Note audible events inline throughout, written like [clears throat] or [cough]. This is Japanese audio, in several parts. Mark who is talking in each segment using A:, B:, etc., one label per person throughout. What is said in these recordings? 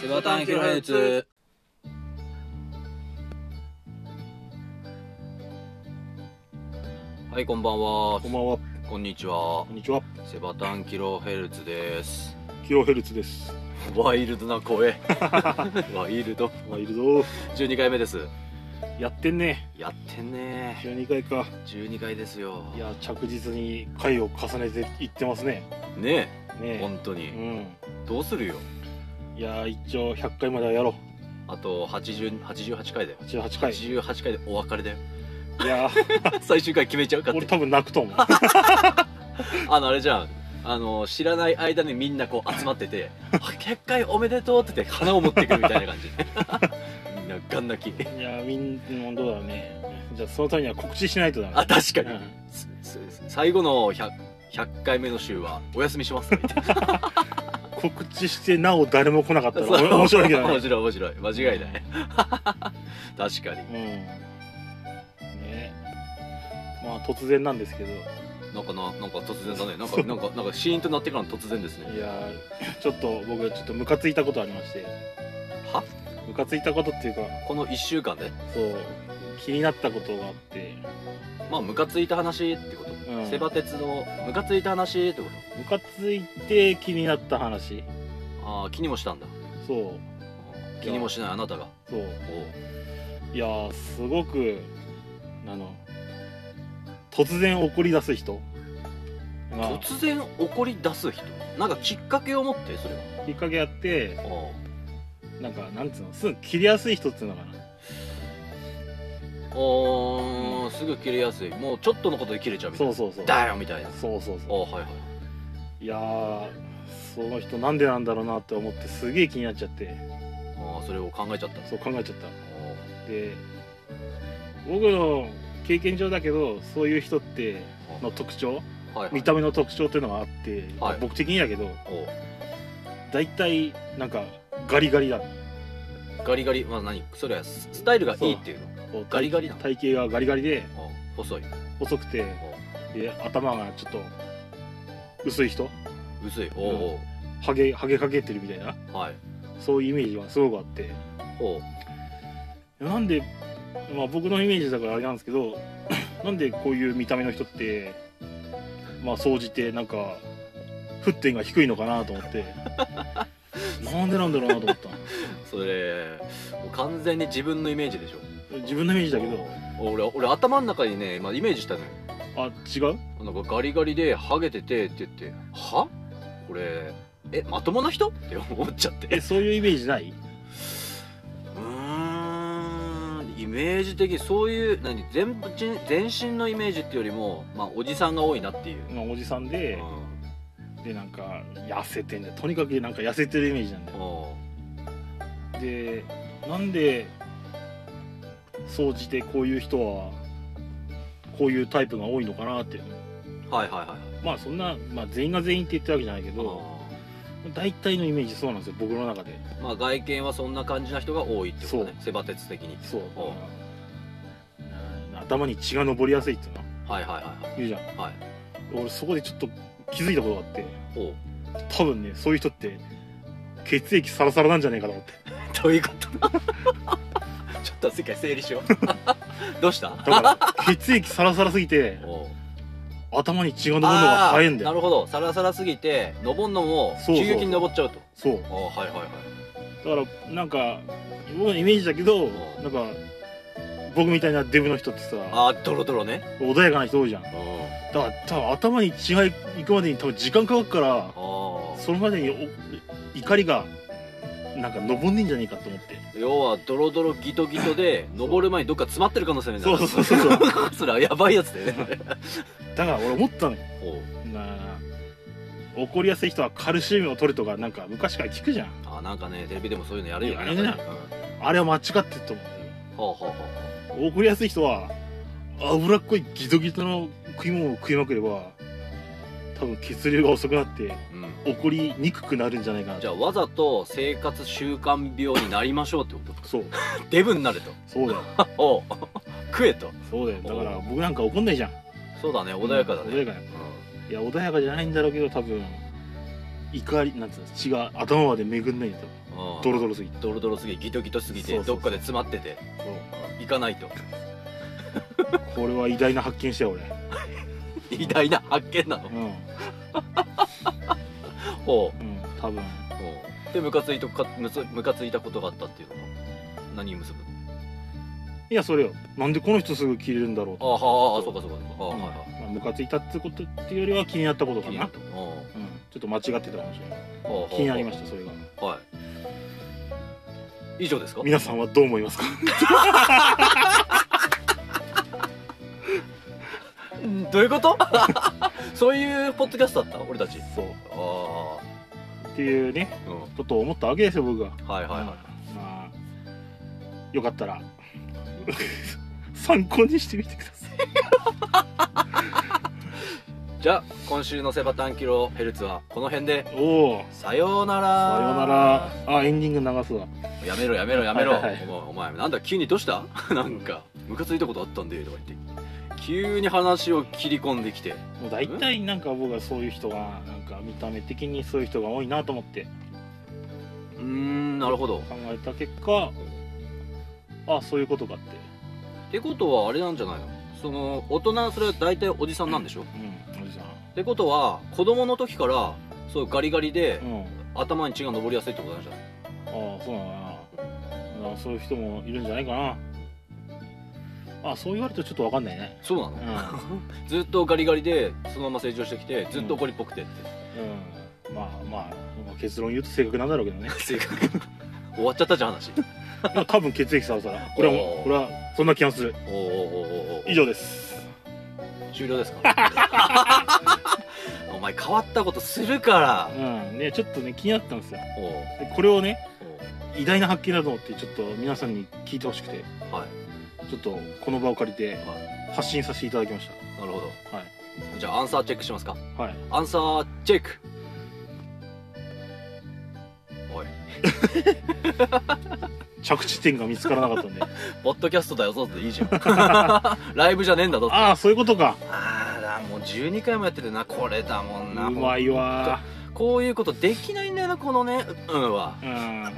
A: セバタンキロヘルツ。はい、こんばんは。
B: こんばんは。
A: こんにちは
B: こ。んにちは。
A: セバタンキロヘルツです。
B: キロヘルツです。
A: ワイルドな声。 [laughs] ワイルド。
B: ワイルド。
A: 12回目です。
B: やってんね。
A: やってんね。
B: 12回か。
A: 12回ですよ。
B: いや、着実に回を重ねていってますね。
A: ねえ、
B: ね
A: 本当に。
B: え。
A: どうするよ。
B: うん。いや、一応100回まではやろ
A: あと80、88回だよ
B: う。。88回。い
A: 88回でお別れだよ。 [laughs]
B: や、
A: 最終回決めちゃうかって
B: 俺。多分泣くと思う。
A: あのあれじゃんあの知らない間にみんなこう集まって
B: [laughs]
A: て「あ結界おめでとう」って言って花を持ってくるみたいな感じみんなガン泣き
B: いや、みんなどうだろうね。じゃあ、そのためには告知しないとだ
A: あ
B: な。
A: 確か
B: う
A: に、
B: ん
A: すす最後の 100, 100回目の週はお休みしますみたい
B: [laughs]
A: な
B: 告知してなお誰も来なかったらお面白いけど
A: [laughs] 面
B: ね。
A: 白い面白い間違いない [laughs] 確かに
B: うん。ねまあ、突然なんですけど。
A: なんかななんか突然だねなんかなんかなんかシーンとなってからの突然ですね
B: いやーちょっと僕ちょっとムカついたことありまして
A: は
B: ムカついたことっていうか
A: この1週間で
B: そう気になったことがあって
A: まあムカついた話ってこと、
B: うん
A: セバ鉄のムカついた話ってこ
B: ムカついて気になった話
A: とああ気にもしたんだ
B: そう
A: 気にもしないあなたが
B: そう
A: おう
B: いやーすごくあの突然怒り出す人が
A: 突然怒り出す人なんかきっかけを持ってそれは
B: きっかけあって
A: お
B: なんかなんつうのすぐ切りやすい人っつうのかな
A: おーすぐ切れやすいもうちょっとのことで切れちゃうみたい
B: そ
A: な
B: うそうそう
A: だよみたいな
B: そうそう
A: お
B: そ
A: はいはいう
B: いやーその人なんでなんだろうなって思ってすげえ気になっちゃって
A: あーそれを考えちゃった
B: そう考えちゃった
A: お
B: で僕の経験上だけどそういう人っての特
A: は
B: 徴
A: いはい
B: 見た目の特徴っていうのがあって、
A: はい
B: 僕的にだけど
A: おう
B: 大体なんかガリガリだ
A: ガリガリまあ何それはススタイルがいいっていうの
B: こう
A: ガリガリなの
B: 体体型がガリガリで
A: おう細い
B: 細くてで頭がちょっと薄い人
A: おう薄いおうおう
B: ハゲハゲかけてるみたいな
A: はい
B: そういうイメージはすごくあって
A: おう
B: なんで、まあ、僕のイメージだからあれなんですけど [coughs] なんでこういう見た目の人ってまあ総じてなんか沸点が低いのかなと思ってなんでなんだろうなと思った
A: それもう完全に自分のイメージでしょ
B: 自分のイメージだけど
A: おう俺俺頭の中にね今イメージしたのよ
B: あ違う
A: なんかガリガリでハゲててって言ってはこれえまともな人って思っちゃって
B: え
A: う
B: そういうイメージない
A: ーんイメージ的にそういう何全部全全身のイメージっていうよりも、まあ、おじさんが多いなっていう、
B: まあおじさん
A: うん
B: ででなんか痩せてんだよとにかくなんか痩せてるイメージなんだよ
A: お
B: でなんで総じてこういう人はこういうタイプが多いのかなって
A: うはいはいはい
B: まあそんな、まあ、全員が全員って言ってるわけじゃないけど
A: う
B: 大体のイメージそうなんですよ僕の中で
A: んまあ外見はそんな感じな人が多いってことね
B: そ
A: セバ鉄的に
B: そう
A: お
B: うん頭に血が上りやすいっていうの
A: はいはいはい
B: 言うじゃん
A: はい
B: 俺そこでちょっと気づいたことがあって
A: おう
B: 多分ねそういう人って血液サラサラなんじゃねえかと思って
A: [laughs] どういうこと [laughs] ちょっと世界整理しよう [laughs] どうした
B: だから
A: [laughs]
B: 血液サラサラすぎて
A: おう
B: 頭に血が上るのが早いんだ
A: あーな
B: よ
A: るほどサラサラすぎて登んのも
B: そうそ
A: 急
B: う
A: 激に登っちゃうと
B: そう
A: ああはいはいはい
B: だからなんか僕のイメージだけどなんか僕みたいなデブの人ってさ
A: ああドロドロね
B: 穏やかな人多いじゃんだ
A: うんあ
B: から多分頭に血が行くまでに多分時間かかるから
A: あ
B: それまでにお怒りがなんか登んねえんじゃねえかと思って
A: 要はドロドロギトギトで登る前にどっか詰まってる可能性ね
B: そうそうそうそう
A: それはやばいやつだよ
B: [laughs]
A: ね
B: だから俺思ったのよ
A: おう
B: なあ怒りやすい人はカルシウムを取るとかなんか昔から聞くじゃん
A: ああなんかねテレビでもそういうのやるよね
B: やるね
A: なんかね
B: あれは間違ってると思
A: うんはあはあは
B: う怒りやすい人は脂っこいギトギトの食い物を食いまくれば多分血流が遅くなって
A: あうん
B: 怒りにくくなるんじゃないかな
A: じゃあわざと生活習慣病になりましょうってこと
B: そう
A: デブになれ
B: [laughs]
A: と
B: そうだよ
A: おう食えと
B: そうだよだから僕なんか怒んないじゃん
A: そうだね穏やかだ
B: うん穏や
A: ね
B: かやいや穏やかじゃないんだろうけど多分怒りなんつうの血が頭まで巡んないんだよ
A: うん
B: ドロドロすぎて
A: ドロドロすぎギトギトすぎて
B: そうそうそう
A: どっかで詰まっててうん行かない
B: [laughs]
A: と
B: これは偉大な発見したよ俺
A: 偉大な発見なの
B: うん、うん、
A: [laughs] ほ
B: 多分
A: うほうでムカついたかむつムカついたことがあったっていうのは何に結ぶ
B: いやそれよなんでこの人すぐ切れるんだろう
A: ああはあそうかそうかそうかああ
B: うん
A: はいはい
B: まあ、ムカついたってことっていうよりは気になったこと
A: 気
B: か
A: に
B: な
A: なったうん
B: うん、ちょっと間違ってたかもしれない気
A: 気
B: になりましたそれが
A: たはい以上ですか
B: 皆さんはどう思いますか
A: んどういうこと [laughs] そういうポッドキャストだった俺たち
B: そう
A: ああ
B: っていうね
A: うん
B: ことを思ったわけですよ僕が
A: はいはいは
B: うんまあよかっ
A: [laughs]
B: たら参考にしてみてください
A: いじゃあ今週のセバタンキロヘルツはこの辺で
B: おお
A: さような
B: さ
A: ら
B: ようならあエンディング流すわ
A: やめろやめろやめろ、
B: はいはいはい
A: お前お前なんだ急にどうした [laughs] なんかムカついたことあったんでとか言って急に話を切り込んできて
B: もう大体なんか僕はそういう人がなんか見た目的にそういう人が多いなと思って
A: うーんなるほど
B: 考えた結果あそういうことかって
A: ってことはあれなんじゃないのその大人それは大体おじさんなんでしょ、っ
B: うんおじさ
A: てことは子供の時からそうガリガリで
B: んうん
A: 頭に血が上りやすいってことなんじゃない
B: ああそうなのかなあそういう人もいるんじゃないかなあそう言われるとちょっとわかんないね
A: そうなの
B: [laughs] うん、
A: ずっとガリガリでそのまま成長してきてずっと怒りっぽくてって、
B: うん、まあまあまあ結論言うと正確なんだろうけどね
A: 性格 [laughs] 終わっちゃったじゃん
B: [laughs]
A: 話
B: まあ多分血液さらさ [laughs] らこれは
A: おー
B: これはそんな気がする
A: おーおーおーおー
B: 以上です
A: 終了ですか [laughs] お前変わったことするから
B: うんねちょっとね気になったんですよ
A: おう
B: でこれをね
A: お
B: 偉大な発見だと思ってちょっと皆さんに聞いてほしくて
A: うはい
B: ちょっとこの場を借りて
A: は
B: 発信させていただきまし
A: なるほど、
B: は
A: じゃあアンサーチェックしますか
B: たはい
A: アンサーチェックおい
B: 着地点が見つからなかったんで
A: ポッドキャストだよぞっていいじゃ
B: [laughs]
A: んライブじゃねえんだぞ
B: ああそういうことか
A: ああだもう12回もやってるなこれだもんな
B: うまいわ
A: こういうことできないんだよなこのねうんは
B: ーうん
A: うん
B: うんうん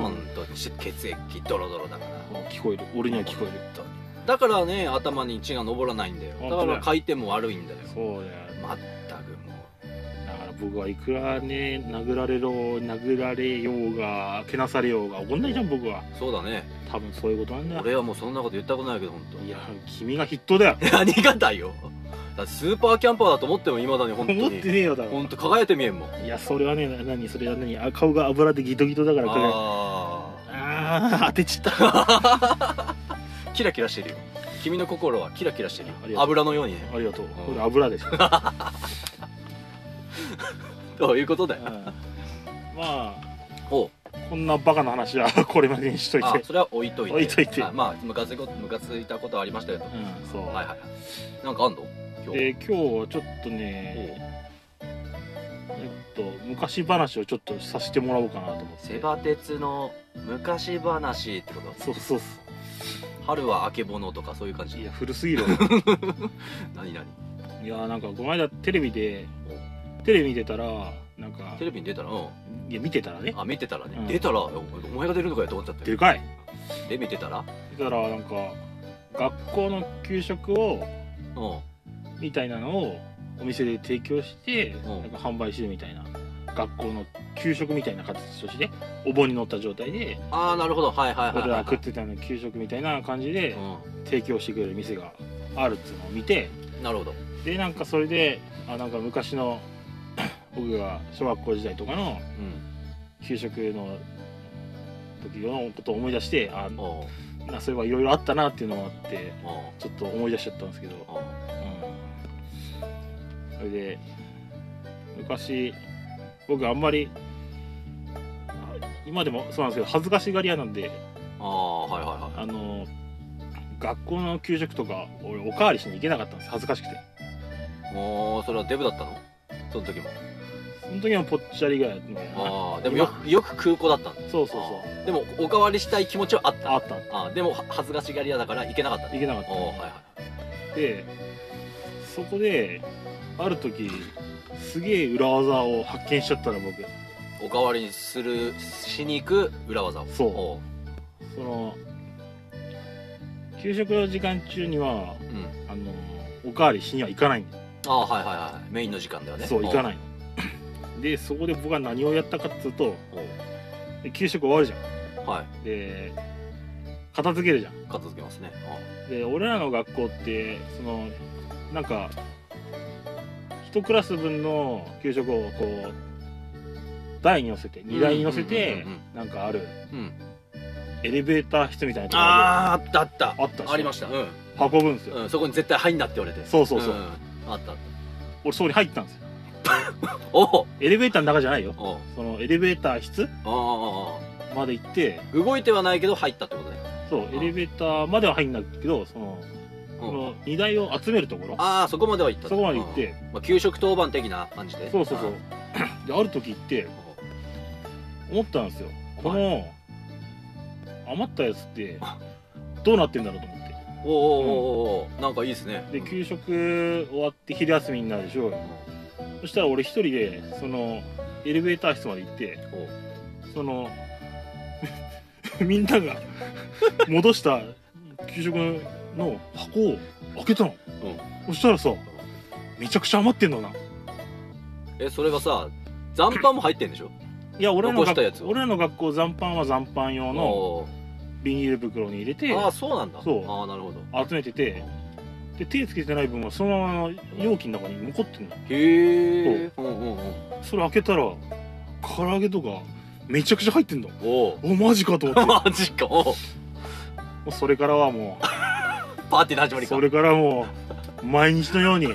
B: う
A: 本
B: ん
A: 当に血液ドロドロだから
B: 聞こえる俺には聞こえる
A: 本当にだからね頭に血が上らないんだよ
B: 本
A: だ
B: 当だ
A: か
B: よ
A: ら回転も悪いんだよ
B: そうだよ
A: まったくも
B: だから僕はいくらね殴られろ殴られようがけなされようが怒んないじゃん僕は
A: うそうだね
B: 多分そういうことなんだよ
A: 俺はもうそんなこと言ったことないけど本当
B: いや君が筆頭だよ
A: 何がだよだってスーパーキャンパーだと思ってもいまだに本当
B: 思って
A: に
B: ねえよだろ
A: 本当輝いて見えんもん
B: いやそれはねな何それは何あ顔が油でギトギトだからこれあ
A: あ
B: あー当てちったあ
A: あキラキラしてるよ君の心はキラキラしてる
B: あり
A: よ
B: がとう
A: 油のようにね
B: りがとう
A: うん
B: これ油でしょ、うん、ま
A: ということで
B: あ
A: おう
B: こんなバカな話 [laughs] はこれまでにしといて
A: あそれは置いといて
B: 置いといて
A: あまあムカついことムカついたことはありましたよと
B: うんそう、
A: はいはいはいなんかあんの今日
B: で今日はちょっと
A: おう
B: ねえっと昔話をちょっとさせてもらおうかなと思って
A: セバ鉄の昔話ってこと
B: そうそうそう
A: 春はあけぼのとかそういう感じ
B: いや古すぎるわ [laughs]
A: 何何
B: いやなんかこの間テレビでテレビ見てたらなんか
A: テレビに出たらうん
B: いや見てたらね
A: あ見てたらね、
B: うん
A: 出たらおお前が出るのかよと思っちゃって
B: でかい
A: で見てたらうん
B: 見てたらなんか学校の給食をみたいなのをお店で提供して
A: うん
B: なんか販売してるみたいな学校の給食みたいな形としてお盆に乗った状態で
A: ああなるほどはいはいはいは
B: 俺
A: いは
B: ら
A: い
B: 食ってたの給食みたいな感じで
A: う
B: 提供してくれる店があるっていうのを見て
A: んなるほど
B: でなんかそれであなんか昔の [coughs] 僕が小学校時代とかの
A: うん
B: 給食の時のことを思い出してあ
A: おう
B: なそういえばいろいろあったなっていうのもあって
A: おう
B: ちょっと思い出しちゃったんですけど、
A: おう
B: うん、それで昔僕あんまりあ今でもそうなんですけど恥ずかしがり屋なんで
A: ああはいはいはい
B: あの学校の給食とか俺おかわりしに行けなかったんです恥ずかしくて
A: おーそれはデブだったのその時も
B: その時はぽっちゃりがやね
A: ああでもよくよく空港だったんだ
B: そうそうそう
A: うでもおかわりしたい気持ちはあった
B: あった
A: あーでもは恥ずかしがり屋だから行けなかった
B: 行けなかった
A: おおはいはい
B: でそこである時すげえ裏技を発見しちゃったら僕
A: おかわりにするしに行く裏技を
B: そう
A: おう
B: その給食の時間中には
A: うん
B: あのおかわりしには行かないんで
A: ああはいはいはいメインの時間ではね
B: すそう行かないいでそこで僕は何をやったかっつうとで給食終わるじゃ
A: はい
B: んで片付けるじゃん
A: 片付けますね
B: で俺らの学校ってそのなんか一クラス分の給食をこう台に乗せて荷台に乗せて
A: うんうん
B: なんかある
A: うんうん
B: エレベーター室みたいなとこ
A: あああったあった
B: あったでしょ
A: ありましたうん、
B: ろで運ぶんですよ、
A: うん、そこに絶対入んなって言われて
B: そうそうそう、
A: んあったあっ
B: 俺そこに入ったんですよ
A: たおお
B: エレベーターの中じゃないよ
A: おう
B: そのエレベーター室
A: あああ
B: まで行って
A: あ動いてはないけど入ったってことね
B: そう
A: うん
B: エレベーターまでは入んないけどその
A: う
B: そ
A: ん
B: の荷台を集めるところ
A: ああそこまでは行った
B: そこまで行っ、て
A: うんまあ、給食当番的な感じで
B: そうそうそうである時行って思ったんですよこの余ったやつって
A: あ
B: どうなってんだろうと思って
A: おおうおうおうおうおうなんかいいですね
B: で
A: うん
B: 給食終わって昼休みになるでしょうそしたら俺一人でそのエレベーター室まで行って
A: おう
B: そのみんなが戻した給食の箱を開けたの、そしたらさめちゃくちゃ余ってんだな
A: えそれがさ残飯も入ってんでしょ
B: いや俺らの
A: 残したやつ
B: 学
A: を
B: 俺らの学校残飯は残飯用の
A: おう
B: ビニール袋に入れて
A: ああそうなんだ
B: そう
A: ああなるほど
B: 集めててで手つけてない分はそのまま容器の中に残ってんの
A: へえうんうんうん
B: それ開けたら唐揚げとかめちゃくちゃ入ってんだ
A: おう
B: おマジかと思って
A: [laughs] マジかおう
B: もうそれからはも
A: パーティーの始ま
B: う
A: りか
B: それからもう毎日のように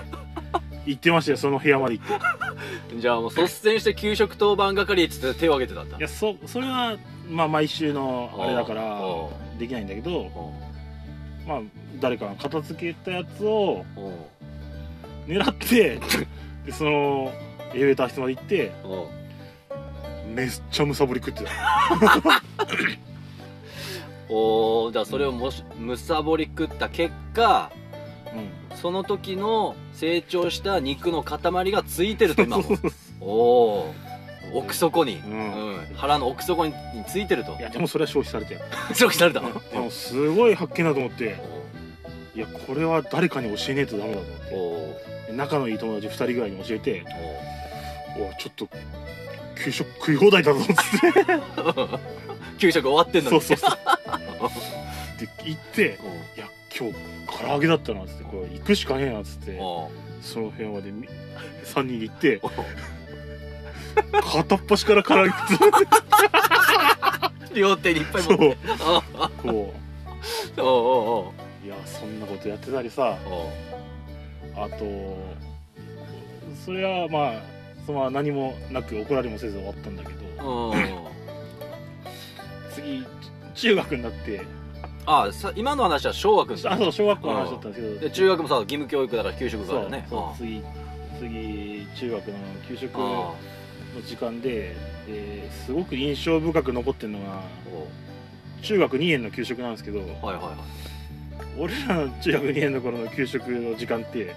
B: 行ってましたよその部屋まで行って
A: じゃあもう率先して給食当番係っつって手を挙げてたんだ
B: いやそそれはまあ毎週のあれだか
A: おう
B: らできないんだけど
A: おう
B: まあ誰かが片付けたやつを
A: おう
B: 狙ってでそのエレベーター室まで行って
A: おう
B: めっちゃむさぼり食ってた
A: おうじゃあそれをもしむさぼり食った結果
B: うん
A: その時の成長した肉の塊がついてると今もおおー奥底に、
B: う
A: うんん腹の奥底についてると
B: いや
A: [laughs]
B: でもそれは消費されたよ
A: 強くされたの
B: でもすごい発見だと思って
A: お
B: いやこれは誰かに教えねえとダメだと思って
A: お
B: 仲のいい友達2人ぐらいに教えて
A: お
B: 「おいちょっと給食食い放題だぞ」っつっ
A: 給食終わって
B: て
A: んの
B: [laughs] そう
A: に
B: そうそうで行って「いや今日唐揚げだったな」っつって「これ行くしかねえな」っつって
A: おお
B: その辺までみ3人で行って片っ端から唐揚げ食って
A: 両手にいっぱい持
B: そ
A: っ
B: う
A: てあ
B: こ
A: おお
B: ういやそんなことやってたりさ
A: おおお
B: あとそれはまあそのまま何もなく怒られもせず終わったんだけど
A: うん
B: 次中学になって
A: あさ今の話は小学
B: あ
A: の
B: そう小学校の話だったんですけど
A: で中学もさ義務教育だから給食があるよね
B: そうそう次次中学の給食
A: うん
B: の時間でですごく印象深く残ってるのが
A: うんお
B: 中学2年の給食なんですけど
A: うはいはいはい
B: 俺らの中学2年の頃の給食の時間って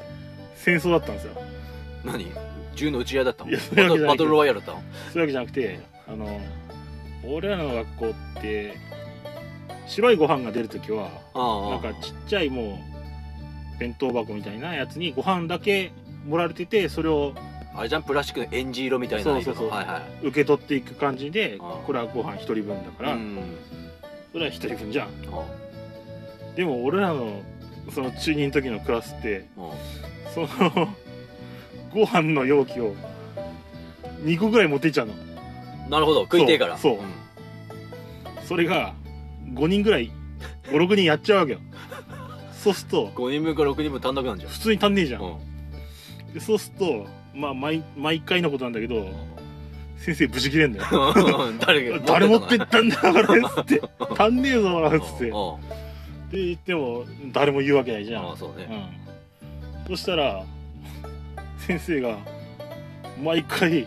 B: 戦争だったんですよ
A: 何銃の打ち合いだったの
B: いやそういうわけじゃないけど
A: バトルロワイヤルだったの
B: そういうわけじゃなくてあの俺らの学校って白いご飯が出るときは
A: ああ
B: なんかちっちゃいもう弁当箱みたいなやつにご飯だけ盛られててそれを
A: あれじゃんプラスチックのエンジ色みたいな色の
B: そうそうそう
A: はいはい
B: 受け取っていく感じで
A: ああ
B: これはご飯一人分だから、
A: うん
B: それは一人分じゃん
A: ああ
B: でも俺らのその中2の時のクラスって
A: ああ
B: その [laughs] ご飯の容器を2個ぐらい持っていっちゃうの
A: なるほど食いてえから
B: そう
A: うん
B: それが5人ぐらい56人やっちゃうわけよそうすると
A: 5人分か6人分足んなくなんじゃん
B: 普通に足んねえじゃ [laughs]
A: うん
B: んでそうするとまあ毎毎回のことなんだけど先生無事切れんだよ
A: 誰が
B: 誰持ってっ
A: ん
B: たんだよ俺っつって足んねえぞ俺っつって
A: うんうん
B: で言っても誰も言うわけないじゃん
A: ああそうね
B: うん、そしたら先生が毎回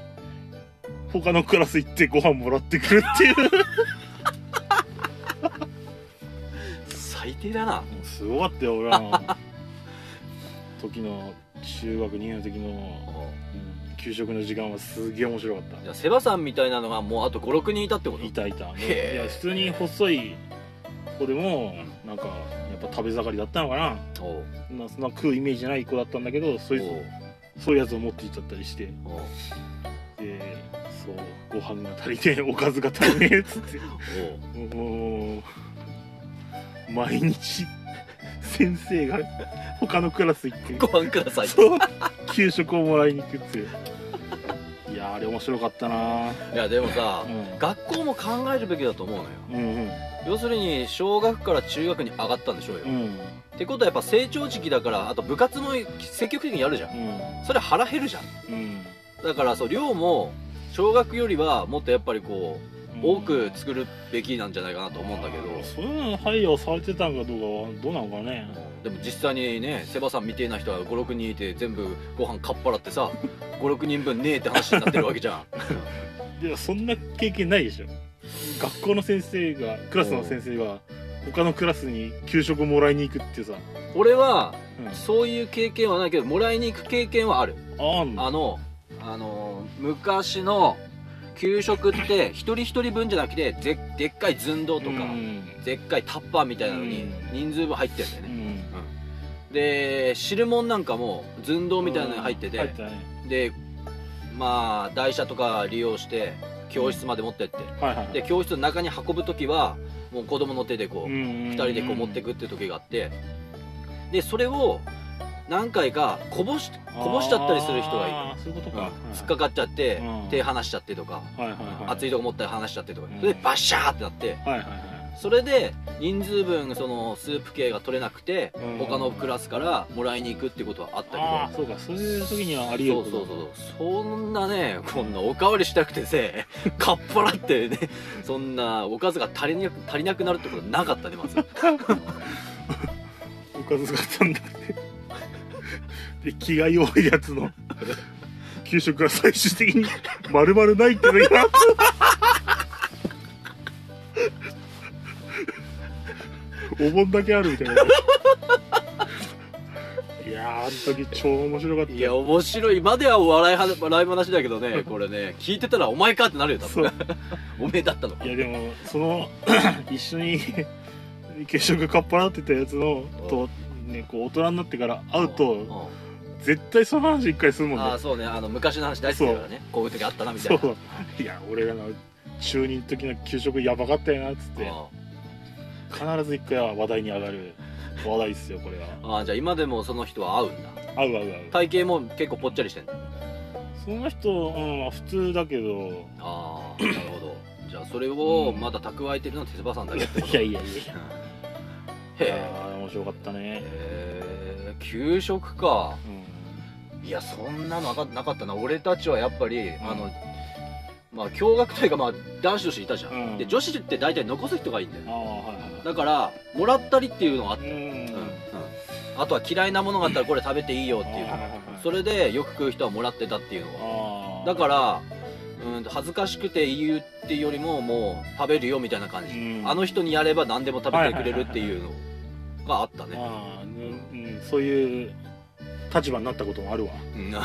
B: 他のクラス行ってご飯もらってくるっていう
A: 最低だな
B: すごかったよ [laughs] 俺らの時の中学2年の時
A: う
B: の、うん給食の時間はすげえ面白かっ
A: じゃあセバさんみたいなのがもうあと56人いたってこ
B: た
A: と
B: いたいたもうい
A: へえ
B: や普通に細い子でもなんかやっぱ食べ盛りだったのかな
A: おう
B: そんなそんな食うイメージない子だったんだけどそういう
A: おう
B: そういうやつを持っていっちゃったりして
A: おう
B: でそうご飯が足りておかずが足りねえっつって
A: おう
B: もう毎日先生が他のクラス行って
A: ご飯くださ
B: [laughs]
A: い
B: そう給食をもらいに行くっていういやーあれ面白かったな、
A: いやでもさ
B: うん、
A: 学校も考えるべきだと思うのよ
B: うん
A: 要するに小学から中学に上がったんでしょうよ、
B: うんう
A: っ
B: ん
A: てことはやっぱ成長時期だからあと部活も積極的にやるじゃんそれ腹減るじゃん
B: うん
A: だからそう量も小学よりはもっとやっぱりこう多く作るべきなんじゃないかなと思うんだけど、
B: あーそういうの配慮されてたんかどうかはどうなのかね
A: でも実際にねセバさんみてえな人は56人いて全部ご飯かっぱらって
B: [laughs]
A: さ56人分ねえって話になってるわけじゃん
B: でもそんな経験ないでしょ学校の先生がクラスの先生が他のクラスに給食もらいに行くってさ、
A: 俺は
B: うん、
A: そういう経験はないけどもらいに行く経験はある
B: あんの
A: あのあの昔の給食って一人一人分じゃなくてででっかい寸胴とか、
B: うん
A: でっかいタッパーみたいなのに
B: うん
A: 人数分入ってんだよ
B: う
A: ね、
B: ん
A: で汁物なんかも寸胴みたいなのに入ってて、
B: 入ったね
A: でまあ台車とか利用して教室まで持ってって、
B: はいはいはい
A: で教室の中に運ぶ時はもう子供の手でこう、
B: 2
A: 2人でこう持ってくって時があってでそれを何回かこぼしこぼしちゃったりする人がいる
B: るそういうこと
A: うん
B: か、
A: 突っか
B: か
A: かっちゃって、
B: うん
A: 手離しちゃってとか、
B: はいはいはい
A: 熱いとこ持ったり離しちゃってとか、
B: うん
A: それでバッシャーってなって
B: はいはいは
A: それで人数分そのスープ系が取れなくて、
B: うん
A: 他のクラスからもらいに行くってことはあったけど、
B: ああそうかそういう時にはあり
A: そ
B: 得
A: う
B: る
A: そうそうそんなねこんなおかわりしたくてせ [laughs] かっぱらってねそんなおかずが足りなく足りなくなるってことなかったねま
B: [laughs]
A: ず
B: おかずがあったんだってで [laughs] 気が弱いやつの給食が最終的に丸々ないって [laughs] のがお盆だけあるみたいないやーあの時超面白かったよ
A: いや面白い今ではお笑いは笑い話だけどねこれね聞いてたらお前かってなるよ多
B: そう
A: 分おめえだったのか
B: いやでもその [coughs] 一緒に給食かっぱらってたやつのと、ね、こう大人になってから会う
A: うん
B: と絶対その話一回するもん
A: ああ
B: ね
A: そうねあの昔の話大好きだからねこういう時あったなみたい
B: そ
A: な
B: ういや俺らの中二の時の給食やばかったよなっつって
A: う
B: 必ず一回は話題に上がる話題っすよこれは
A: んああじゃあ今でもその人は会うんだ
B: 合う合う合う
A: 体型も結構ぽっちゃりしてんの
B: その人、うん、普通だけど
A: ああなるほどじゃあそれをまだ蓄えてるのは手羽さんだけってこと
B: いやいやいやいや
A: へえ
B: いやー面白かったね
A: へえ給食か
B: うん
A: いやそんなのなかなかったな俺たちはやっぱり、あのまあ共学というかまあ男子女子いたじゃん、
B: うん
A: で女子って大体残す人がいいんだよ
B: ああはいはいは
A: だからもらったりっていうのがあっ
B: い
A: て、
B: うん
A: うんうんあとは嫌いなものがあったらこれ食べていいよっていう
B: はいはいはい
A: それでよく食う人はもらってたっていうのが
B: ああ
A: だからうん恥ずかしくて言うっていうよりももう食べるよみたいな感じ、
B: うん
A: あの人にやれば何でも食べてくれるっていうのがあったね、
B: ああ、うんうん、そういう立場になったこと
A: [laughs]
B: もあるわ。 [laughs]
A: うん
B: う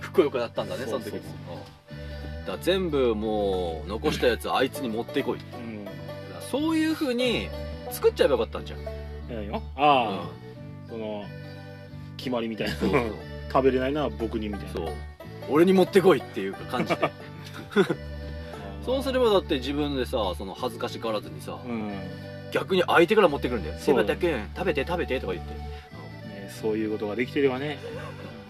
A: ふくよくだったんだねその
B: そうそう
A: 時
B: そう
A: もうんだから全部もう残したやつあいつに持ってこいだか
B: ん、
A: らそういうふうに作っちゃえばよかったんじゃん
B: うん、よ。
A: うん
B: ああ、その決まりみたいな。
A: そうそう
B: 食べれないのは僕にみたいな。
A: そう俺に持ってこいっていう感じで
B: [laughs]
A: そうすればだって自分でさその恥ずかしがらずにさ、
B: うん、ね、
A: 逆に相手から持ってくるんだよ「
B: そ
A: セ
B: う
A: バタくん食べて食べて」とか言って
B: そういうことができてればね、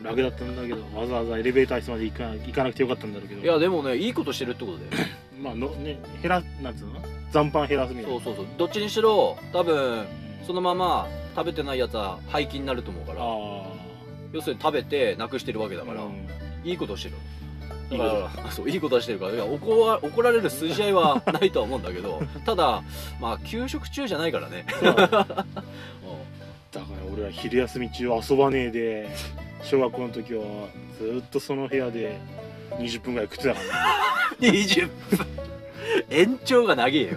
B: 楽だったんだけど、わざわざエレベーター室まで行か行かなくてよかったんだろうけど。
A: いやでもねいいことしてるってことだよ
B: まあのね減らなんつうの？残飯減らすみた [laughs]
A: そ
B: いな。
A: うそうそうどっちにしろ多分
B: うん
A: そのまま食べてないやつは廃棄になると思うから
B: あ
A: 要するに食べてなくしてるわけだ
B: あ、
A: から、
B: うん
A: いいことしてる
B: い
A: だ
B: い
A: か
B: こ
A: ら
B: と
A: そういいことはしてるからいや怒ら怒られる筋合いはないとは思うんだけ
B: [laughs]
A: どただまあ給食中じゃないからね、
B: そうだね
A: う
B: [laughs] だから俺は昼休み中遊ばねえで小学校の時はずっとその部屋で20分ぐらい食ってたからね
A: ん、20分延長が長えよ
B: いや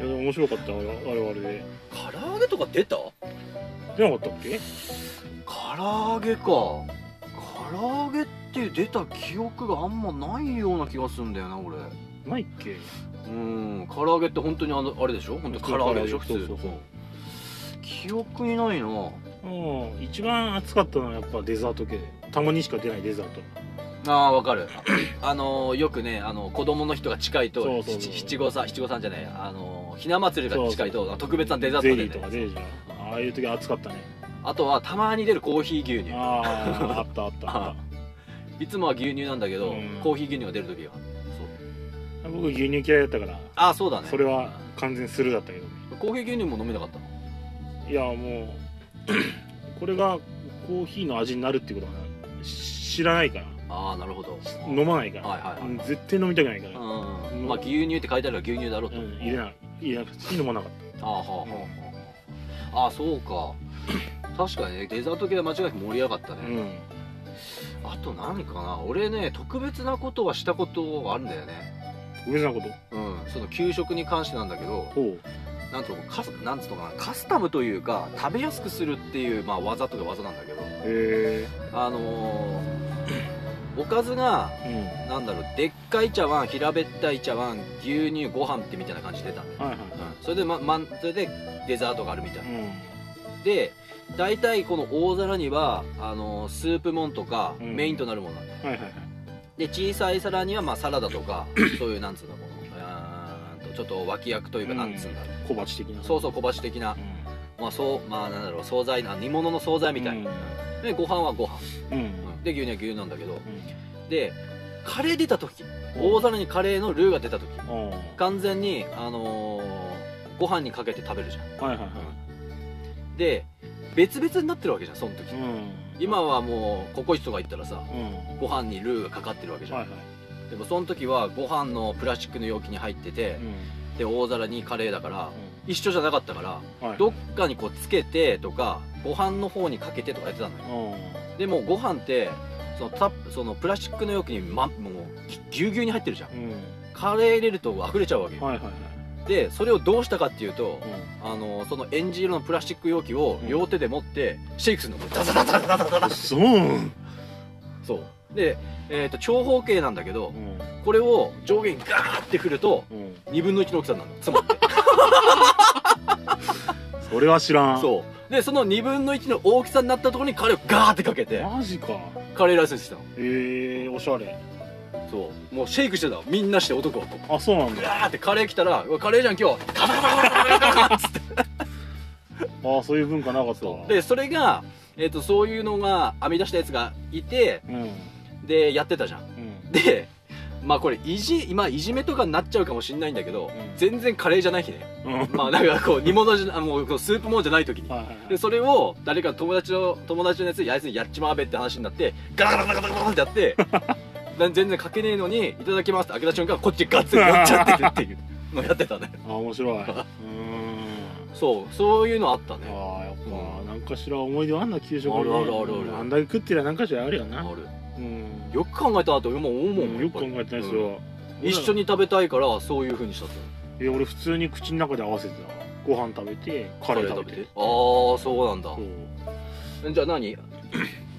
B: でも面白かったあれあれはあれで
A: 唐揚げとか出た
B: 出なかったっけ
A: 唐揚げか唐揚げって出た記憶があんまないような気がするんだよな俺
B: ないっけ
A: うん唐揚げって本当にあのあれでしょ本当唐揚げでしょ普
B: そ
A: 通
B: うそうそう
A: 記憶にないな
B: うん一番暑かったのはやっぱデザート系たまにしか出ないデザート
A: あーわかるあのーよくねあの子供の人が近いと
B: そうそうそ
A: 七
B: う
A: 七五三七五三じゃないあのーひな祭りが近いと特別なデザート
B: ゼ
A: で、
B: リ
A: ね
B: ー、とか出るじゃんああいう時暑かったね
A: あとはたまに出るコーヒー牛乳
B: あああったあ
A: [laughs]
B: ったあっ
A: いつもは牛乳なんだけど、
B: うん
A: コーヒー牛乳が出る時はそう
B: た僕牛乳嫌いだったから
A: あそうだね
B: それは完全スルーだったけど
A: コーヒー牛乳も飲めなかったの
B: いやもう [clears throat] これがコーヒーの味になるってことは知らないから
A: ああなるほど
B: 飲まないから、
A: はいはいはい
B: 絶対飲みたくないから、
A: う
B: うん
A: んまあ牛乳って書いてあるから牛乳だろうと、
B: うん入れない入れなくて飲まなかっ
A: ああはあはあはああそうか確かにねデザート系は間違いなく盛り上がった
B: た、
A: ね、あと何かな俺ね特別なことはしたことがあるんだよね
B: うん上手なこと
A: うんその給食に関してなんだけど
B: ほう
A: なんとカスなんつうのかなカスタムというか食べやすくするっていう、まあ、技とか技なんだけど
B: へ
A: あのー [coughs] おかずが
B: えうん
A: なんだろうでっかい茶碗平べったい茶碗牛乳ご飯ってみたいな感じで出たんだよ、
B: はいはい
A: うん、それで、まま、それでデザートがあるみたいな、
B: うん
A: で大体この大皿にはあのスープもんとか
B: うん
A: メインとなるものなんだよ、
B: はいはいはい
A: で小さい皿にはまあサラダとかそういうなんつうのこのうーんとちょっと脇役というかなんつうんだろう、
B: 小鉢的な
A: そうそう小鉢的な、まあそうまあなんだろう惣菜な煮物の惣菜みたいな、でご飯はご飯、
B: うんうん
A: うんで牛乳は牛乳なんだけどでカレー出た時大皿にカレーのルーが出た時
B: うんあ
A: 完全にあのーご飯にかけて食べるじゃん
B: あはいはいは
A: で別々になってるわけじゃんその時、
B: いうん
A: 今はもうココイチとか行ったらさ
B: うん
A: ご飯にルーがかかってるわけじゃん、
B: はいはい
A: でもその時はご飯のプラスチックの容器に入ってて
B: う、ん
A: で大皿にカレーだから
B: う
A: 一緒じゃなかったから
B: んはい
A: どっかにこうつけてとかご飯の方にかけてとかやってたのよ
B: う
A: でもご飯ってそのタップそのプラスチックの容器に、ま、もうぎゅうぎゅうに入ってるじゃん
B: んうん
A: カレー入れると溢れちゃうわけよ
B: はいはいはい
A: でそれをどうしたかっていうと
B: うん
A: あのそのえんじ色のプラスチック容器を
B: うん
A: 両手で持ってシェイクするのこうダダダダダダダダ
B: そううん
A: そうで、えー、と長方形なんだけどこれを上下にガーって振ると
B: うん
A: 2分の1の大きさになるのつまって
B: それは知らん
A: そうでその2分の1の大きさになったところにカレーをガーってかけて
B: マジか
A: カレーライスにしてた
B: ええおしゃれ
A: のそうもうシェイクしてたのみんなして男はこう
B: あそうなんだ
A: ガーってカレー来たらうわカレーじゃん今日ダダダダダダダダっつって
B: あそういう文化なかったわ
A: でそれが、えー、とそういうのが編み出したやつがいて
B: うんうん
A: でやってたじゃん
B: うん
A: でまあこれいじ今いじめとかになっちゃうかもしれないんだけど、
B: うん
A: 全然カレーじゃない日ね
B: うん
A: まあだからこう煮物じゃあもうこうスープもんじゃない時に
B: はいはいはい
A: でそれを誰か友達の友達のやつにやつにやっちまうべって話になってガラガラガラガラガラってやって
B: [laughs]
A: な全然かけねえのに「いただきます」って開けた瞬間こっちガッツリやっちゃってるって
B: [laughs]
A: いうのやってたね
B: あ
A: [laughs]
B: 面白いうーん
A: そうそういうのあったね
B: ああやっぱ何かしら思い出はあんな給食にね
A: あるあるあるある
B: あんだけ食ってりゃ何かしらあるよ
A: あ
B: な
A: る
B: うん
A: よく考えたなと今思うもん、
B: うんよく考えてないです
A: うん
B: よ
A: 一緒に食べたいからそういうふうにしたって
B: いや俺普通に口の中で合わせてたわご飯食べてカレー食べて
A: ああーそうなんだ
B: そう
A: じゃあ
B: [clears throat]
A: 何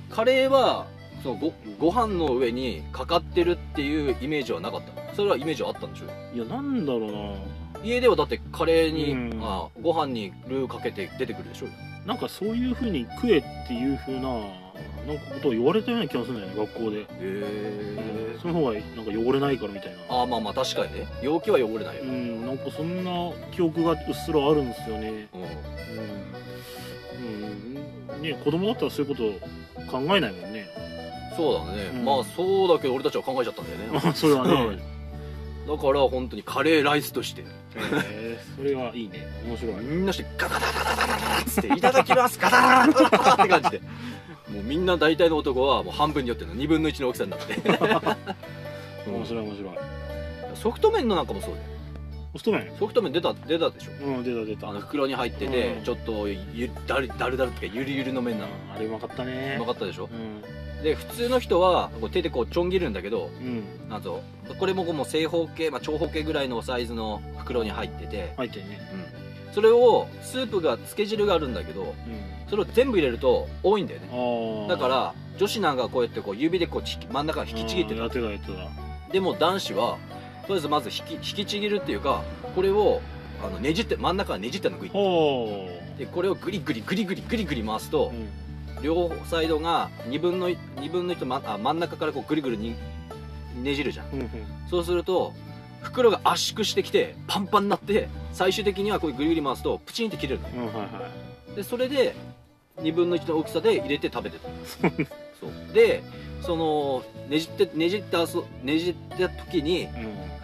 A: カレーはそのごご飯の上にかかってるっていうイメージはなかったそれはイメージはあったんでしょ
B: いやなんだろう
A: 家ではだってカレーに、
B: うん
A: あご飯にルーかけて出てくるでしょ
B: ななんかそういうふうに食えっていうふうななんかことを言われたような気がするんだよね学校で、
A: へえ
B: その方がなんか汚れないからみたいな
A: あまあまあ確かにね容器は汚れないよ
B: う、んなんかそんな記憶がうっすらあるんですよね
A: うん
B: うん、うん、ね子供だったらそういうこと考えないもんね [laughs]
A: そうだね、
B: うん
A: まあそうだけど俺たちは考えちゃったんだよね
B: まあそれはね、
A: だから本当にカレーライスとして
B: えー、それはいいね面白い
A: みんなしてガタガタガタガタガタっつって「いただきますガタガタガタガタ」って感じでもうみんな大体の男はもう半分によっての2分の1の大きさになって
B: 面白い面白い
A: ソフト麺のなんかもそうだよ
B: ソフト麺
A: ソフト麺出た出たでしょ
B: うん出た出た
A: あの袋に入ってて、
B: うん
A: ちょっとゆだるだるだるってかゆるゆるの麺なの
B: あれうまかったね
A: うまかったでしょ
B: うん
A: で普通の人はこう手でこうちょん切るんだけど
B: うん
A: なんとこれもこうもう正方形、まあ、長方形ぐらいのサイズの袋に入ってて、
B: 入ってるね
A: うんそれをスープが漬け汁があるんだけどそれを全部入れると多いんだよね
B: うん、ああ
A: だから女子なんかはこうやってこう指でこうち真ん中引きちぎって
B: うん
A: た
B: やってたやってた
A: でも男子はとりあえずまず引き引きちぎるっていうかこれをあのねじって真ん中はねじったのグイッ
B: ほ
A: でこれをグリグリグリグリグリグリ回す
B: う、
A: と
B: うん
A: 両サイドが2分の2分の1と、ま、あ真ん中からこうグリグリにねじるじゃん
B: うんうん、
A: そうすると袋が圧縮してきてパンパンになって最終的にはこうグリグリ回すとプチンって切れるのよ
B: うんはいはい
A: でそれで2分の1の大きさで入れて食べ
B: [laughs]
A: てたそうでそのねじってねじったそねじった時に
B: うん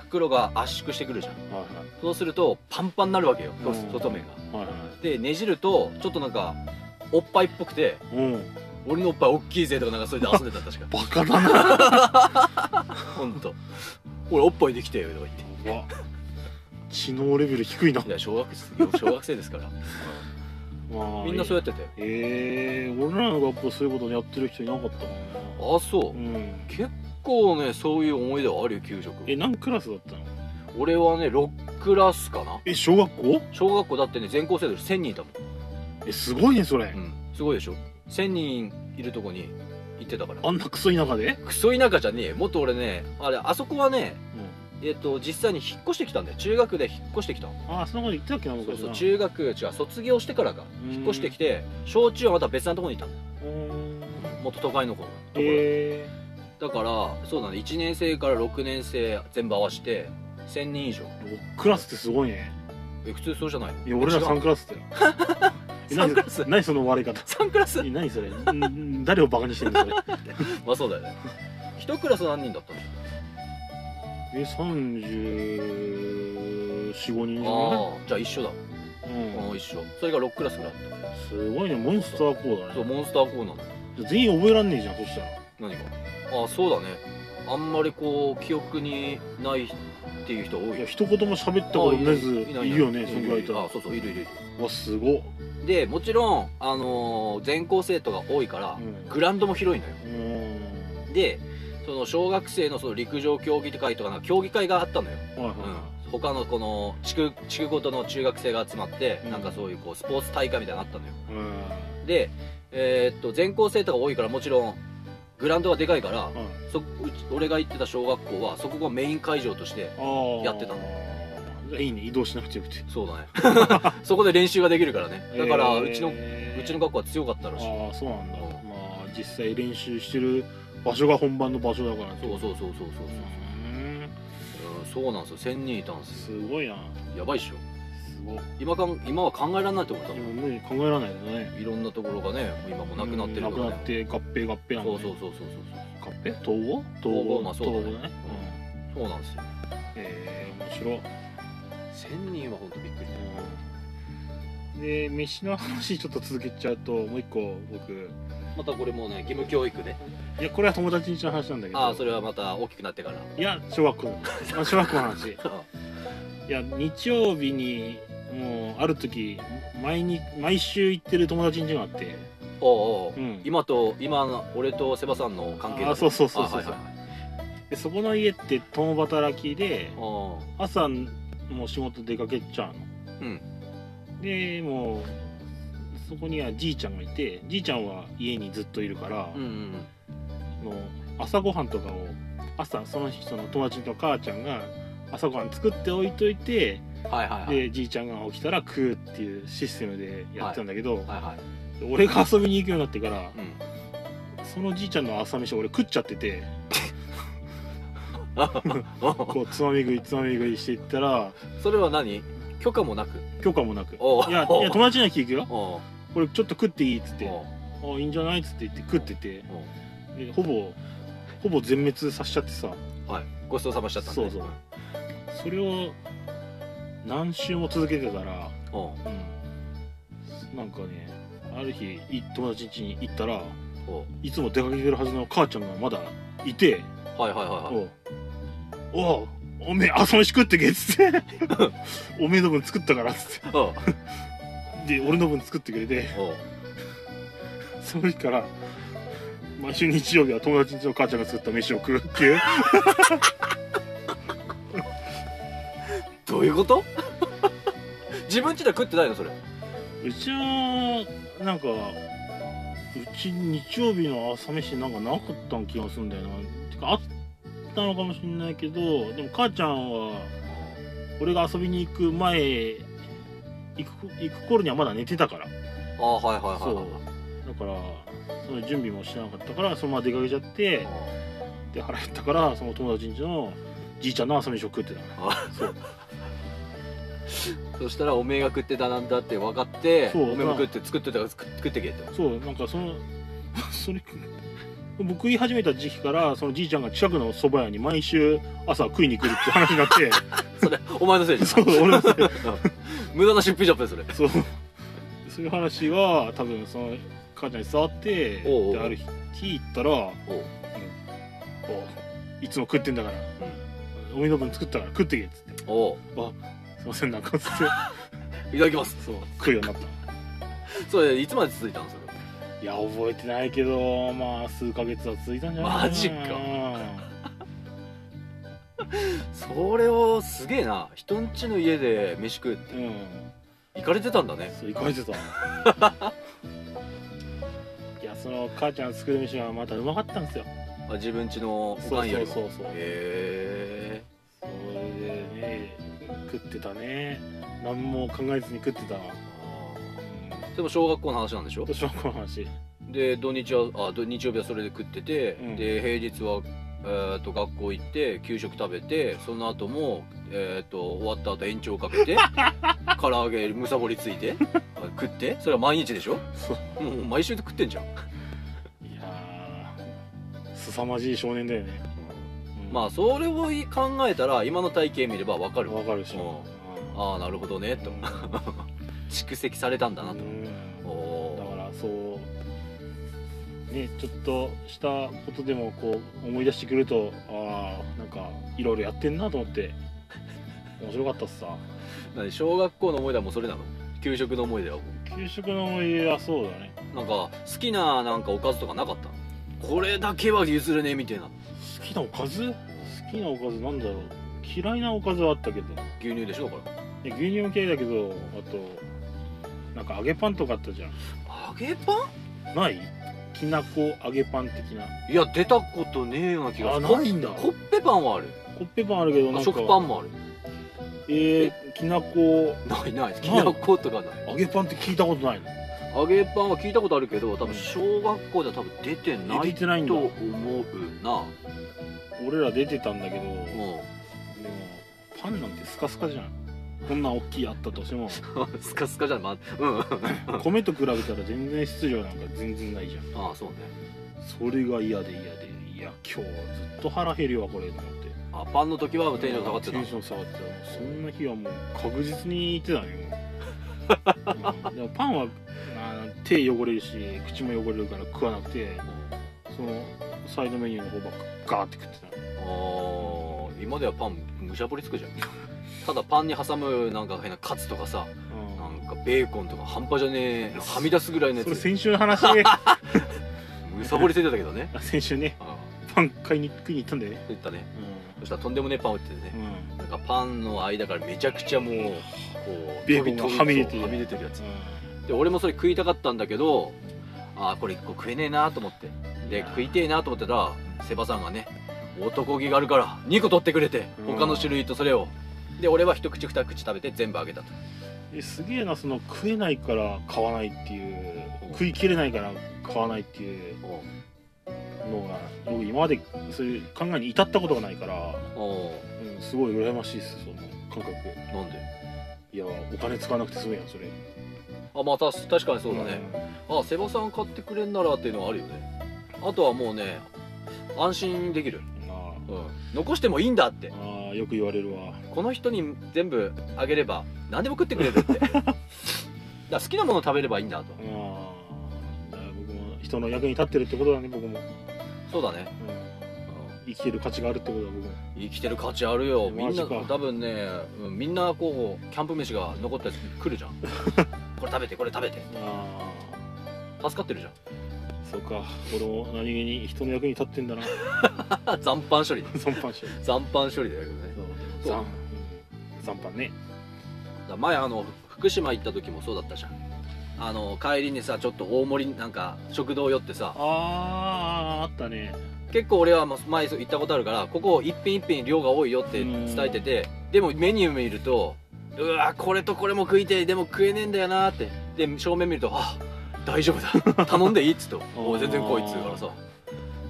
A: 袋が圧縮してくるじゃん
B: は
A: そうするとパンパンになるわけよ
B: うん
A: 外面が
B: いはいはいは
A: でねじるとちょっとなんかおっぱいっぽくて
B: いうん
A: 「俺のおっぱい大きいぜ」とかなんかそれで遊んでた確か
B: バカだ
A: [laughs]
B: な
A: ほんと「俺おっぱいできてよ」とか言って
B: うわ知能レベル低いない
A: や小学生小学生です [laughs] からみんなそう
B: や
A: やってて
B: えー、俺らの学校そういうことやってる人いなかったも
A: あそう、
B: んね
A: 結構ねそういう思い出はあるよ給食
B: うんえ何クラスだったの
A: 俺はね6クラスかな
B: え小学校
A: 小学校だってね全校生徒1000人いたもん、
B: えすごいねそれ、
A: すごいでしょ1000人いるとこに行ってたから
B: あんなクソ田舎で、
A: クソ田舎じゃねえよもっと俺ねあれあそこはねえっ、と実際に引っ越してきたんだよ中学で引っ越してきたの
B: ああそんなこと言ってたっけな
A: そう
B: 昔
A: そう
B: な
A: 中学違う卒業してからか
B: うん
A: 引っ越してきて小中はまた別なとこにいたの
B: うーん
A: もっと都会の子のところ、
B: え
A: だからそうだね1年生から6年生全部合わせて1000人以上
B: ー、6クラスってすごいね
A: え普通そうじゃないの
B: いや俺ら
A: 違う
B: 3クラスだよえ
A: 三クラス
B: 何何その割れ方
A: 3クラス
B: え何それん誰をバカにしてるんだそれ
A: まあそうだよね1クラス何人だったの
B: え三3 4 5人じゃ
A: ああじゃあ一緒だ、
B: ない、
A: う、
B: うん
A: 一緒それが6クラスぐらいあっ
B: ん、すごいねモンスター校
A: た
B: だ
A: そう
B: ね
A: モンスターコーナーの
B: 全員覚えらんねえじゃんそしたら
A: 何かああそうだねあんまりこう記憶にないっていう人多い
B: い
A: よ
B: や一言も喋ったことないずい
A: ない
B: るよね
A: な
B: そんぐらいいた
A: あ
B: ら
A: そうそういるいるいる
B: わすごっ
A: でもちろん、あのー全校生徒が多いから、
B: うん
A: グラウンドも広いのよ
B: うーん
A: でその小学生のその陸上競技会とかなんか競技会があったのよ、
B: はいは
A: うん、他のこの地区地区ごとの中学生が集まって、
B: うん
A: なんかそういうこうスポーツ大会みたいなのあったのよ
B: いはい
A: で、えーっと全校生徒が多いからもちろんグラウンドがでかいから
B: うん
A: そこうち俺が行ってた小学校はそこがメイン会場として
B: ああ
A: やってた
B: のいいね移動しなくてよくて
A: そうだね [laughs] そこで練習ができるからねだからうちの、うちの
B: 学
A: 学校は強かったらしい
B: ああそうなんだ
A: うん
B: まあ実際練習してる場所が本番の場所だから
A: そう
B: う
A: そうそうそうそう
B: ーん
A: そう、うん、そうなんですよ1000人いたんです
B: すごいな
A: よやばいっしょ
B: すごい
A: 今かん今は考えられないってことだもん
B: 今もう考えられないよね
A: いろんなところがねもう今もうなくなってる
B: うん
A: か
B: な
A: ら
B: くなっ
A: ね
B: て合併合併なんだ
A: そ
B: ね
A: うそうそうそうそう
B: 合併統合統
A: 合まあそうだね
B: 統合だねうん
A: そうなんですよ
B: えー面白い
A: 1000人は本当びっくり
B: うんで飯の話ちょっと続けちゃうともう一個僕
A: またこれもね義務教育ね
B: いやこれは友達んちの話なんだけど
A: ああそれはまた大きくなってから
B: いや小学校の
A: [laughs]
B: あ小学校の話いや日曜日にもうある時毎日毎週行ってる友達んちがあって、
A: おうおう
B: うん、
A: 今と今の俺とセバさんの関係
B: あそうそうそう
A: あ
B: そう
A: はいはい
B: でそこの家って共働きで
A: はい
B: 朝もう仕事出かけちゃうの
A: うん
B: でもうそこにはじいちゃんがいてじいちゃんは家にずっといるから、
A: あーうんうん
B: もう朝ごはんとかを朝その人の友達の母ちゃんが朝ごはん作っておいといて
A: うんはいはいはい
B: でじいちゃんが起きたら食うっていうシステムでやってたんだけど、
A: はいはい
B: 俺が遊びに行くようになってから、
A: うん [laughs]
B: そのじいちゃんの朝飯を俺食っちゃっててこうつまみ食いつまみ食いしていったら
A: それは何許可もなく
B: 許可もなく「い
A: おう
B: やいや友達には聞くよ
A: おう
B: これちょっと食っていい」っつって「
A: おう
B: あいいんじゃない?」っつって言って食ってて
A: お
B: でほぼほぼ全滅させちゃってさ
A: うはいごちそうさましちゃったんで
B: そうそうそれを何週も続けてたら、
A: おう
B: うん、なんかねある日い友達ん家に行ったら
A: おう
B: いつも出かけてるはずの母ちゃんがまだいて
A: はいはいはいはい
B: おうおうおめえ朝飯食ってけっつっておめえの分作ったからっつっ
A: おう
B: てで俺の分作ってくれて
A: おう
B: その日から毎週日曜日は友達ん家の母ちゃんが作った飯を食うっていう
A: どういうこと [laughs] 自分ちでは食ってないのそれ
B: うちはなんかうち日曜日の朝飯なんかなかったん気がするんだよなてかあったのかもしれないけどでも母ちゃんは俺が遊びに行く前行く行く頃にはまだ寝てたから
A: ああはいはいはい
B: そ
A: はいう
B: だからその準備もしてなかったからそのまま出かけちゃってで腹減ったからその友達んちのじいちゃんの朝飯を食ってたから
A: あ
B: そう
A: そしたらおめえが食ってたなんだって分かって
B: そう
A: おめえも食って作ってたから作作ってけって
B: そうなんかその [laughs] それ僕言い始めた時期からそのじいちゃんが近くの蕎麦屋に毎週朝食いに来るって話になって
A: [laughs] それお前のせいじゃん
B: [laughs] そう俺のせい
A: [laughs] 無駄な出費じゃんそれ
B: そうそういう話は多分その母ちゃんに伝わって
A: おうおう
B: である日行ったらお
A: おう
B: いつも食ってんだから、おみの分作ったから食ってけっつって
A: おう
B: すいませんなんかつって
A: いただきます
B: そう食うようになった
A: それいつまで続いたのそれ
B: いや覚えてないけどまあ数ヶ月は続いたんじゃないな
A: マジかそれをすげえな人んちの家で飯食うって
B: うん
A: 行かれてたんだね
B: そう行かれてた
A: [laughs]
B: いやその母ちゃん作る飯がまたうまかったんですよ
A: あ自分ちのお
B: そ
A: か
B: うん
A: よ
B: そ
A: り
B: う
A: も
B: そうそう
A: へえ
B: それでね食ってたね何も考えずに食ってた
A: でも小学校の話なんでしょ
B: うん小学校の話
A: で土日はあ土日曜日はそれで食ってて、
B: うん
A: で平日は、えー、と学校行って給食食べてその後も、えー、と終わった後延長かけ
B: [laughs]
A: て唐揚げむさぼりついてあ食ってそれは毎日でしょ
B: そう
A: もう毎週で食ってんじゃん、
B: いやー凄まじい少年だよね、うん
A: まあそれをい考えたら今の体型見ればわかる
B: わかるでしょ
A: うん [laughs] ああなるほどねと、
B: うん
A: 蓄積されたんだな
B: う
A: と、
B: ん
A: お
B: だか
A: お
B: らそうねちょっとしたことでもこう思い出してくるとああなんかいろいろやってんなと思って面白かったっすさ
A: ー何小学校の思い出はもうそれなの給食の思い出はもう
B: 給食の思い出はそうだね
A: なんか好きななんかおかずとかなかったこれだけは譲れねえみたいな
B: 好きなおかず好きなおかずなんだろう嫌いなおかずはあったけど
A: 牛乳でしょだか
B: で牛乳も嫌いだけどあとなんか揚げパンとかあったじゃん
A: ら揚げパ
B: ないきなこ揚げパン的な
A: ンいや出たことねえような気がする
B: あないんだ
A: ココッペパンはある
B: コッペパンあるけどな
A: あ
B: んか
A: 食パンもある
B: えー、きなこ
A: ないないきな粉とかない
B: 揚げパンって聞いたことないの
A: 揚げパンは聞いたことあるけど多分小学校では多分出てな
B: 出
A: い
B: てないんだ
A: と思うな
B: 俺ら出てたんだけど、でも
A: も
B: パンなんてスカスカじゃんこんな大きいあったとしても
A: うスカスカじゃんま
B: [laughs]
A: うんあ
B: 米と比べたら全然質量なんか全然ないじゃん
A: あそうね
B: それが嫌で嫌でいや今日はずっと腹減るわこれと思って
A: あパンの時はテンション下がってた
B: テンション下がってたそんな日はもう確実に行ってたねも
A: [laughs]
B: う、うんでもパンは、まあ手汚れるし口も汚れるから食わなくてそのサイドメニューの方ばっかガーって食ってた
A: あー今ではパンむしゃぶりつくじゃん [laughs] ただパンに挟むなんか変なカツとかさな
B: うん
A: かベーコンとか半端じゃねえはみ出すぐらいの
B: ん
A: や
B: それ
A: つ
B: 先週の話 [laughs]
A: むさぼりついてたけどね
B: 先週ね
A: あ
B: パン買いに食いに行ったんだよね
A: あ言ったね
B: う
A: そしたらとんでもねえパン売っててね
B: ん、
A: なんかパンの間からめちゃくちゃもうこう
B: ベーコンがはみ出てる
A: はみ出てるやつで俺もそれ食いたかったんだけどあーこれ一個食えねえなと思って
B: い
A: で
B: やー
A: 食いてえなと思ってたらセバさんがね男気があるから2個取ってくれて
B: うん
A: 他の種類とそれをで俺は一口二口食べて全部あげたと
B: えすげえなその食えないから買わないっていう
A: うん
B: 食い切れないから買わないっていうのが僕今までそういう考えに至ったことがないから、
A: おお
B: うん、すごい羨ましいですその感覚
A: ーなんで
B: いやお金使わなくて済むやんそれ
A: あまあたし確かにそうだね、あセバさん買ってくれんならっていうのはあるよねあとはもうね安心できる、
B: うんあ
A: うん、残してもいいんだって
B: ーあーよく言われるわ
A: この人に全部あげれば何でも食ってくれる
B: [laughs]
A: ってだから好きなもの食べればいいんだと
B: あーだから僕も人の役に立ってるってことだね僕も、
A: そうだね、
B: うん、
A: うん
B: 生きてる価値があるってことだ僕も
A: 生きてる価値あるよみんな
B: マジか
A: 多分ね、うんみんなこうキャンプ飯が残ったやつ来
B: [laughs]
A: るじゃんこれ食べてこれ食べて
B: ああ
A: 助かってるじ
B: そうか俺も何気に人の役に立ってん
A: [laughs]
B: だな
A: ゃん残飯処理
B: 残飯して
A: 残飯処理だけどね
B: そう
A: そう
B: 残残飯ね
A: だ前あの福島行った時もそうだったじゃんあの帰りにさちょっと大盛りなんか食堂寄ってさ
B: あーあったね
A: 結構俺はま前そう行ったことあるからここ一品一品量が多いよって伝えててでもメニュー見るとうわこれとこれも食いてえでも食えねえんだよなーってで正面見るとあ大丈夫だ頼んでいいっ
B: [laughs]
A: つうと「おう全然来い」っつうからさ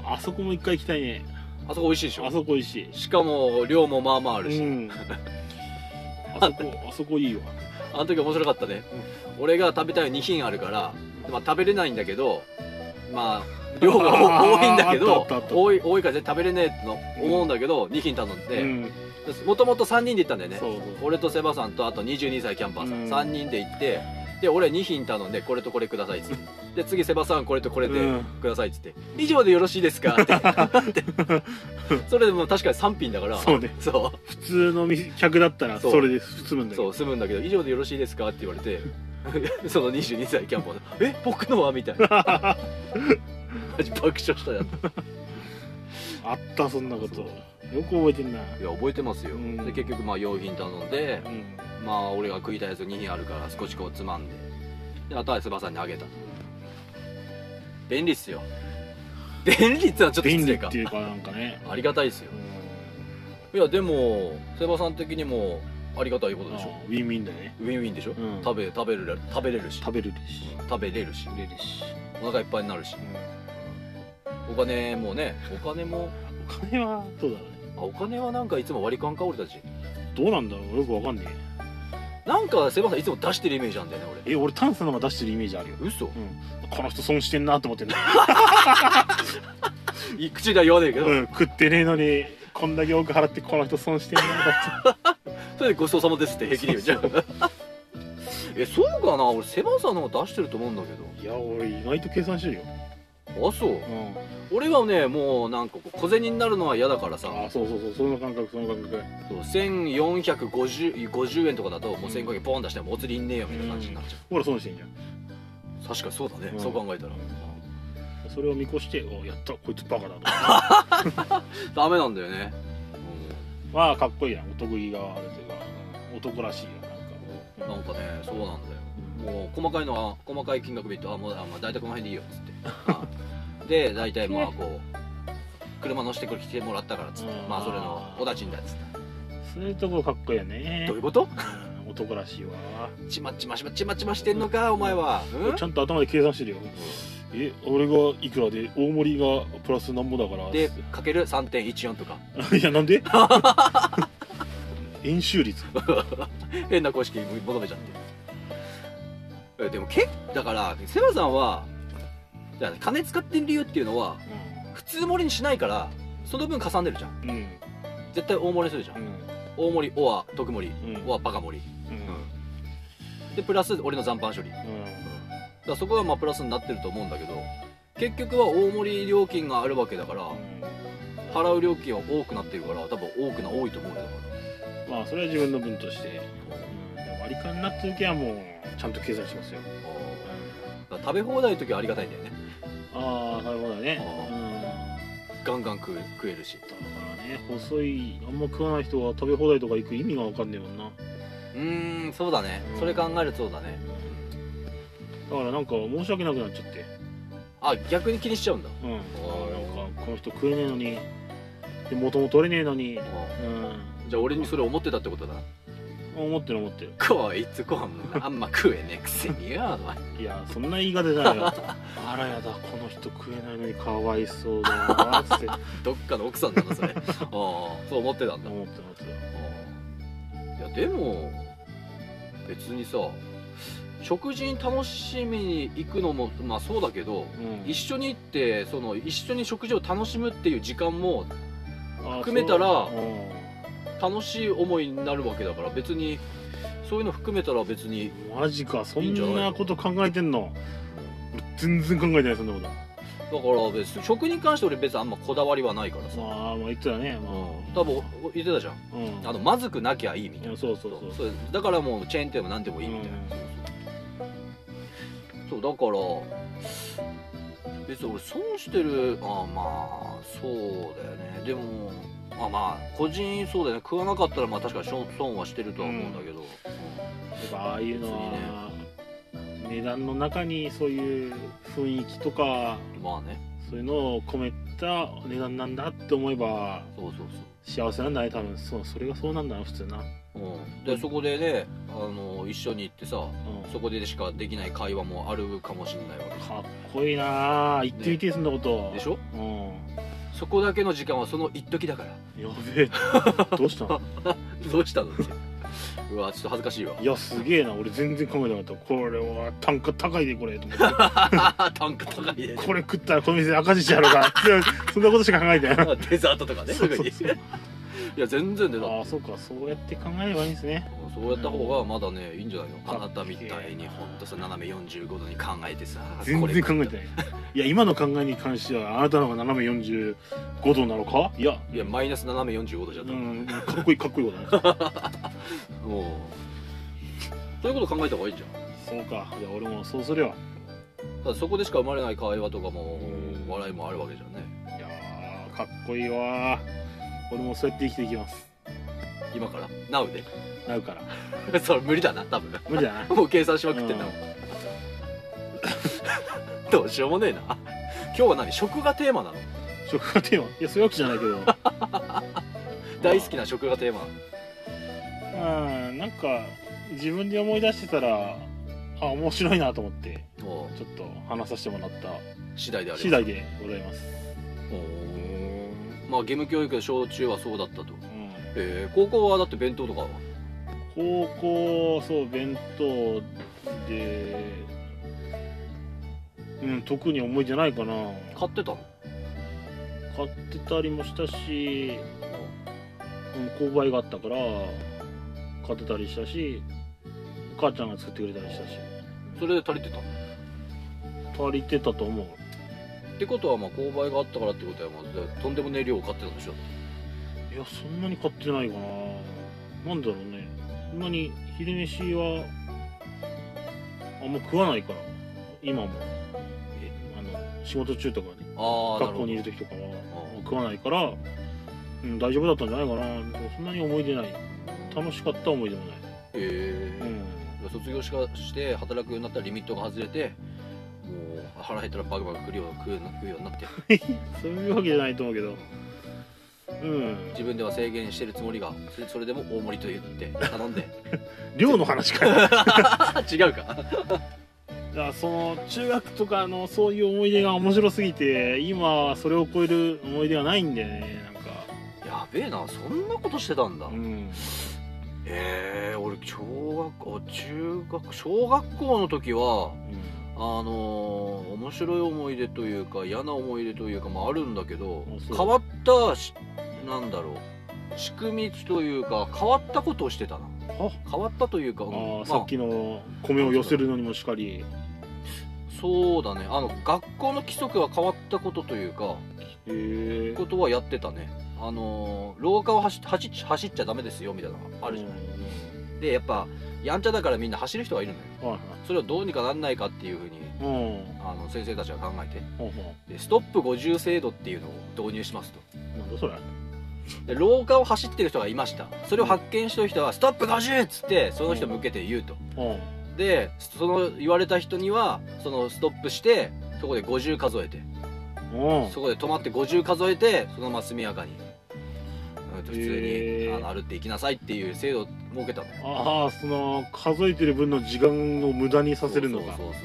B: あそこも一回行きたいね
A: あそこ美味しいでし
B: あ
A: ょ
B: そこいいし
A: しかも量もまあまああるし、
B: うん、
A: [laughs]
B: あそこあそこいいわ
A: あの時面白かったね、俺が食べたい2品あるから、まあ、食べれないんだけどまあ量が多多いんだけ
B: [laughs] あっ
A: ど
B: たあったあった
A: 多い多いから絶対食べれねえと思うんだけど、2品頼ん
B: う
A: で
B: ん
A: もともと3人で行ったんだよね
B: そうそう
A: 俺とセバさんとあと22歳キャンパーさん、
B: う
A: 3
B: ん
A: 人で行ってで俺2品頼んでこれとこれくださいっつってで次セバさんこれとこれ
B: う
A: で
B: ん
A: くださいっつって、以上でよろしいですかって
B: [laughs]
A: それでも確かに3品だから
B: そうね
A: そう
B: 普通の店客だったら
A: そう
B: それで済むんだけ
A: そう
B: [laughs] ど
A: 住むんだけど「以上でよろしいですか?」って言われて [laughs] その22歳キャンパーの「え僕のは?」みた [laughs] いなマジ爆笑したやつ
B: あったそんなこと
A: そう
B: よく覚えてんな、
A: いや覚えてますよ、
B: うん
A: で結局まあ用品頼んで
B: うん、
A: まあ俺が食いたいやつ2品あるから少しこうつまんでであとは翼さんにあげたと便利っす [laughs] よ便利っつうのはちょっと
B: 便
A: 失
B: 利
A: 礼
B: っ
A: か
B: ていうかなんかね、
A: ありがたいっすよ
B: うん
A: いやでもセバさん的にもありがたいことでしょ
B: あウィンウィンだね、
A: ウィンウィンでしょ、
B: うん
A: 食べ食べれる食べれるし
B: 食べれるし
A: 食べれるし
B: 売れるし、
A: お腹いっぱいになるし
B: う
A: お金もねお金も
B: ん、お金はどうだろうね
A: あお金はなんかいつも割り勘か俺たち
B: どうなんだろうよくわかんね
A: なんかセバさんいつも出してるイメージなんだよね
B: ええ俺炭素の方が出してるイメージあるよ
A: 俺嘘
B: この人損してんなと思ってんだ
A: い口では言わねえけど、
B: うん食ってねえのにこんだけ多く払ってこの人損してんなっ
A: それでごちそうさまですって平気で言うじゃん [laughs] えそうかな俺セバさんの方が出してると思うんだけ
B: ていや俺意外と計算してるよ、
A: どあそう
B: うん、
A: 俺はねもうなんかこう小銭になるのは嫌だからさ
B: ああそうそうそうその感覚その感覚
A: そう1450 50円とかだともう
B: うん
A: 1000円ポン出してもお釣りいんねえよみたいな感じになっちゃ
B: ほら損してんじゃん
A: う、確かにそうだね、
B: うん
A: そう考えたら
B: それを見越しておやったこいつバカ
A: [laughs]
B: だと
A: ダメなんだよね、
B: まあかっこいいなお得意があるというか男らしいよ
A: うん、
B: なん
A: なん
B: か
A: かねそうなんだよ
B: うん
A: もう細かいのは細かい金額見るとあもうあ、まあ、大体この辺でいいよっつってあ [laughs] で大体まあこう車乗せてくれ来てもらったからっつって
B: うん
A: まあそれのおだちんだっつって
B: そういうところかっこいいよね
A: どういうこと
B: うん男らしいわ
A: ちまちましまちまちましてんのかお前はうん
B: ちゃんと頭で計算してるよえ俺がいくらで大盛りがプラスなんぼだから
A: でかける3.14とか
B: [laughs] い
A: [laughs]
B: やなんで円周率
A: 変な公式求めちゃってえでもけだからセバさんはだから金使ってる理由っていうのは普通盛りにしないからその分かさんでるじゃん
B: うんうん
A: 絶対大盛りにするじゃん大盛りおは特盛り
B: うんうん
A: おはバカ盛り
B: うん
A: でプラス俺の残飯処理だからそこがまあプラスになってると思うんだけど結局は大盛り料金があるわけだから払う料金は多くなってるから多分多くな多いと思うよだか
B: まあそれは自分の分として
A: ら
B: うんでも割り勘になった時はもうちゃんと計算しますよ
A: だから食べ放題の時はありがたいんだよね
B: ああなるほどね
A: あ
B: うん
A: ガンガン食え食えるし
B: だからね細いあんま食わない人は食べ放題とか行く意味が分かんねえもんな
A: うーんそうだねそれ考えるとそうだね
B: だからなんか申し訳なくなっちゃって
A: あ逆に気にしちゃうんだ
B: うんあ
A: ー
B: ーなんかこの人食えねえのにで元も取れねえのにうん
A: じゃあ俺にそれ思ってたってことだな
B: 思ってる思ってる
A: こいつご飯あんま食えねえくせによお前
B: いやそんな言い方じ
A: [laughs]
B: ゃないよあらやだこの人食えないのにかわいそうだなっつって
A: どっかの奥さんだなそ [laughs] れああそう思ってたんだ
B: 思ってる思って
A: い
B: る
A: やでも別にさ食事に楽しみに行くのもまあそうだけど
B: うん
A: 一緒に行ってその一緒に食事を楽しむっていう時間も
B: あ
A: 含めたら
B: そううん
A: 楽しい思いになるわけだから別にそういうの含めたら別に
B: マジかそ
A: いいんじゃ
B: ん
A: ない
B: な
A: の
B: こと考えてんの俺全然考えてないそんなこと
A: だから別に食に関して俺別にあんまこだわりはないからさ、
B: まあまあ言ってたねまあ
A: 多分言ってたじゃん
B: うん
A: あのまずくなきゃいいみ
B: い
A: たい
B: や
A: な
B: そうそうそう
A: そうだからもうチェーン店も何でもいいみたいな、そうだから別に俺損してるあまあそうだよねでもあまあ個人そうだよね食わなかったらまあ確かに損損はしてるとは思うんだけど、
B: ぱああいうのは、値段の中にそういう雰囲気とか
A: まあね
B: そういうのを込めた値段なんだって思えば
A: そうそう
B: 幸せなんだね多分そうそれがそうなんだな普通な、
A: そう、うん、でそこでねあの一緒に行ってさ
B: うん、
A: そこでしかできない会話もあるかもしれないわ
B: かっこいいなあ行ってみてえそんなこと
A: けでしょ
B: うん
A: そこだけの時間はその一時だから
B: やべえどうし
A: [laughs]
B: たの
A: どうしたのってうわちょっと恥ずかしいわ
B: いやすげえな俺全然考えてなかったこれは単価高いでこれと思って
A: [laughs] 単価高いで
B: これ食ったらこの店赤字しちゃうのか [laughs] そんなことしか考えてない
A: [laughs]
B: あ
A: デザートとかねすぐにい
B: そうそう
A: や全然でだって
B: あそうかそうやって考えればいいんですね
A: そうやった方がまだねいいんじゃないの
B: かっ
A: あ
B: けえ
A: なたみたいにほんとさ斜め45度に考えてさ
B: 全然考え
A: こ
B: てないいや今の考えに関してはあなたの方が斜め45度なのかいや
A: れいやマイナス斜め45度じゃ
B: う
A: った、
B: んかっこいいかっこいいことだね
A: もうそういうこと考えた方がいいじゃん
B: そうかいや俺もそうすればい
A: ただそこでしか生まれない会話とかも
B: うん
A: 笑いもあるわけじゃんね
B: やーかっこいいわ俺もそうやって生きていきます
A: 今から Now
B: なるから
A: で [laughs] それ無理だな多分
B: 無理だ
A: [laughs]
B: な
A: もう計算しまくってんだもん、 [laughs] どうしようもねえな今日は何食がテーマなの
B: 食がテーマいやそういうわけじゃないけど
A: [laughs] 大好きな食がテーマ
B: うんなんか自分で思い出してたらあ面白いなと思って
A: もう
B: ちょっと話させてもらった
A: 次第であり
B: 次第でございます、
A: まあ義務教育で小中はそうだったと
B: うん、
A: えー、高校はだって弁当とかは
B: 高校そう弁当でうん特に思い出ないかな
A: 買ってたの
B: 買ってたりもしたし、うん、購買があったから買ってたりしたし母ちゃんが作ってくれたりしたし
A: それで足りてたの
B: 足りてたと思う
A: ってことはまあ購買があったからってことはまあとんでもねえ量を買ってたんでしょ
B: いやそんなに買ってないかななんだろうねそんなに昼飯はあんま食わないから今も
A: え
B: あの仕事中とかね
A: ああなる
B: 学
A: ほ
B: 校
A: ど
B: にいる時とかは食わないから、うん、大丈夫だったんじゃないかなでもそんなに思い出ない楽しかった思い出もない、
A: え
B: う
A: え
B: ん、
A: 卒業しかして働くようになったらリミットが外れてもう腹減ったらバクバク食うよう食うの食うようになって
B: そういうわけじゃないと思うけどうん
A: 自分では制限してるつもりがそれそれでも大盛りと言って頼んで
B: [laughs] 寮の話か [laughs] よ
A: 違うか
B: だからその中学とかのそういう思い出が面白すぎて今はそれを超える思い出がないんだよねなんか
A: やべえなそんなことしてたんだ、
B: うん
A: ええ俺小学校中学小学校の時はあのー面白い思い出というか嫌な思い出というかもあるんだけど
B: あそう
A: 変わったしなんだろう仕組みというか変わったことをしてたな
B: あ
A: 変わったというか、
B: あ
A: うん
B: ー、
A: ま
B: さっきの米を寄せるのにもしかり
A: そうだねあの学校の規則が変わったことというか
B: へえ
A: ことはやってたねあのー廊下を走っ走っ走っちゃダメですよみたいなのがあるじゃない、でやっぱやんちゃだからみんな走る人がいるのよ
B: はいはい
A: それをどうにかなんないかっていうふうに
B: うん
A: あの先生たちは考えて
B: ほうほ
A: でストップ50制度っていうのを導入しますと
B: うなんだそれ
A: で廊下を走ってる人がいましたそれを発見してる人は「ストップ50!」っつってその人向けて言うと
B: うん
A: でその言われた人にはそのストップしてそこで50数えて
B: うん
A: そこで止まって50数えてそのまま速やかにうんと普通
B: へ
A: に
B: ー
A: あの歩いていきなさいっていう制度を設けたの
B: ああその数えてる分の時間を無駄にさせるのか
A: そうそう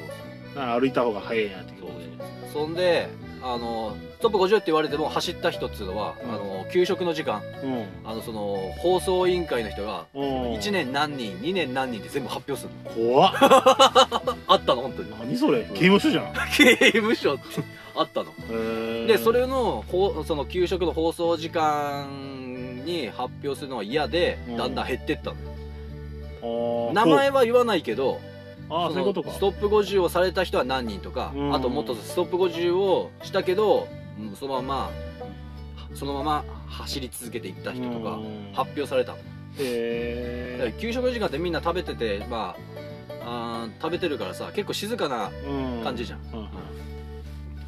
A: そう
B: ああ歩いた方が早いなって
A: そ
B: こ
A: う
B: とで
A: そんであのストップ50って言われても走った人っつうのは、
B: うん
A: あの給食の時間
B: うん
A: あのその放送委員会の人が
B: うん
A: 1年何人2年何人って全部発表するの
B: 怖っ
A: あったの本当に
B: 何それ刑務所じゃん
A: 刑務所ってあったので
B: で
A: それのほうその給食の放送時間に発表するのは嫌で
B: うん
A: だんだん減ってったの、名
B: 名
A: 前は言わないけど
B: ああそういうことか
A: ストップ50をされた人は何人とか、
B: うん
A: あともっとストップ50をしたけど、うんそのままそのまま走り続けていった人とか
B: うん
A: 発表されたのだから
B: へ
A: 給食時間ってみんな食べててまああー食べてるからさ結構静かな
B: え
A: 感じじゃん、
B: うんうん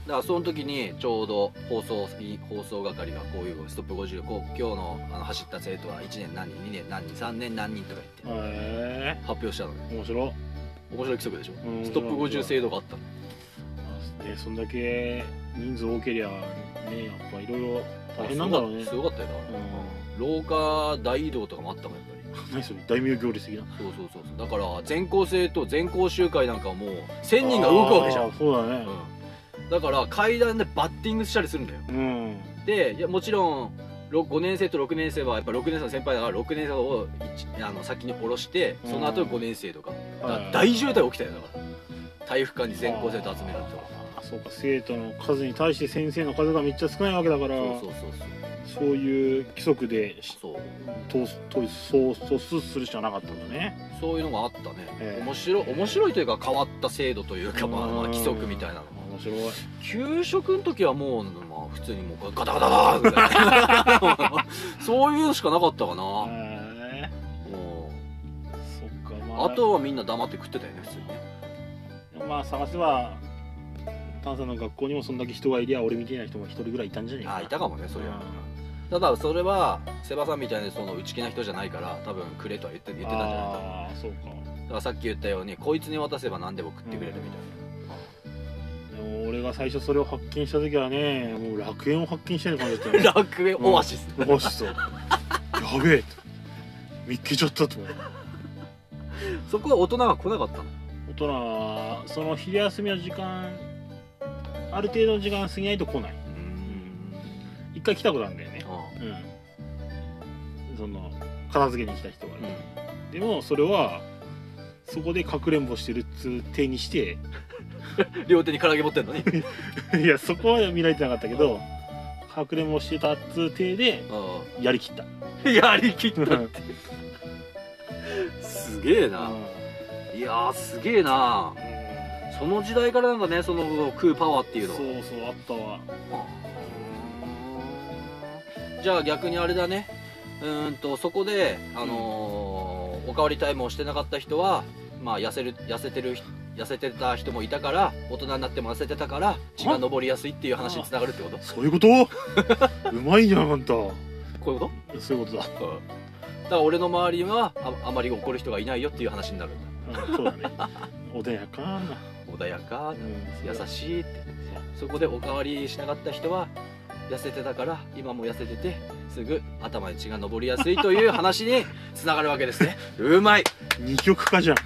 A: だからその時にちょうど放送放送係がこういう「ストップ50」こう今日のあの走った生徒は1年何人2年何人3年何人とか言って
B: へ
A: 発表したのね
B: え面白い
A: 面白い規則でしょ
B: うん
A: ストップ50制度があったの
B: あでそんだけ人数多けりゃねやっぱいろいろ大変なんだろうね
A: すごかったよだから、廊下大移動とかもあったもんやっぱり
B: 何それ大名行列的な
A: そうそうそうそうだから全校生と全校集会なんかはもう1000人が動くわけじゃん、
B: あ
A: う
B: ーそうだね
A: ん、だから階段でバッティングしたりするんだよ
B: うん
A: でいやもちろんろ5年生と6年生はやっぱ6年生の先輩だから6年生を一あの先に下ろしてその後
B: うん
A: 5年生とか,、
B: はい
A: 大渋滞起きたよだから体育館に全校生徒集めると
B: あーそうか生徒の数に対して先生の数がめっちゃ少ないわけだから
A: そう
B: そ
A: そううそう
B: いう規則でし
A: そうそう
B: ととそうそうすするしかなかったんだね
A: そういうのがあったね、
B: ええ
A: 面白い面白いというか変わった制度というか、まあ、まあ
B: うん
A: 規則みたいなの
B: 面白い
A: 給食の時はもう、まあ、普通にもうガタガタガタみたい
B: [laughs]
A: なそういうのしかなかったかな、も
B: へえ
A: う
B: そっかまあ
A: あとはみんな黙って食ってたよね普通にね
B: まあ探せば炭さんの学校にもそんだけ人がいりゃ俺みたいな人が一人ぐらいいたんじゃねえかな
A: あいたかもねそれ
B: う
A: は
B: ん
A: ただそれはセバさんみたいなその内気な人じゃないから多分くれとは言って言ってたんじゃないかなだ
B: ああそうか
A: からさっき言ったようにこいつに渡せば何でも食ってくれるみたい
B: でも俺が最初それを発見した時はねもう楽園を発見したような感じだったよね
A: な、 [laughs] 楽園オアシス、
B: マジそうやべえと見っけちゃったと思う
A: そこは大人が来なかったの
B: 大人はその昼休みの時間ある程度の時間過ぎないと来ない
A: うん
B: 一回来たことあるんだよね
A: あ
B: うんその片付けに来た人が
A: あ
B: ね、でもそれはそこでかくれんぼしてるっつう手にして [laughs]
A: うん両手に唐揚げ持ってんのに
B: いやそこは見られてなかったけどかくれんぼしてたっつう手で
A: あ
B: やりきった
A: あやりきった
B: うん
A: すげえな、いやーすげえなその時代からなんかねその食うパワーっていうの
B: そうそうあったわ
A: じゃあ逆にあれだねうーんとそこで、あのーおかわりタイムをしてなかった人は、まあ、痩せる痩せてる人痩せてた人もいたから大人になっても痩せてたから血が上りやすいっていう話につながるってこと
B: そ
A: [laughs]
B: ういうことうまいじゃんあんた
A: こういうこ
B: そういうことだ
A: と、だから俺の周りはああまり怒る人がいないよっていう話になるんだ
B: うんそうだね穏やかな、
A: 穏やか
B: うん
A: 優しいってそこでおかわりしなかった人は痩せてたから今も痩せててすぐ頭に血が上りやすいという話に [laughs] つながるわけですねうまい
B: 二極化じゃん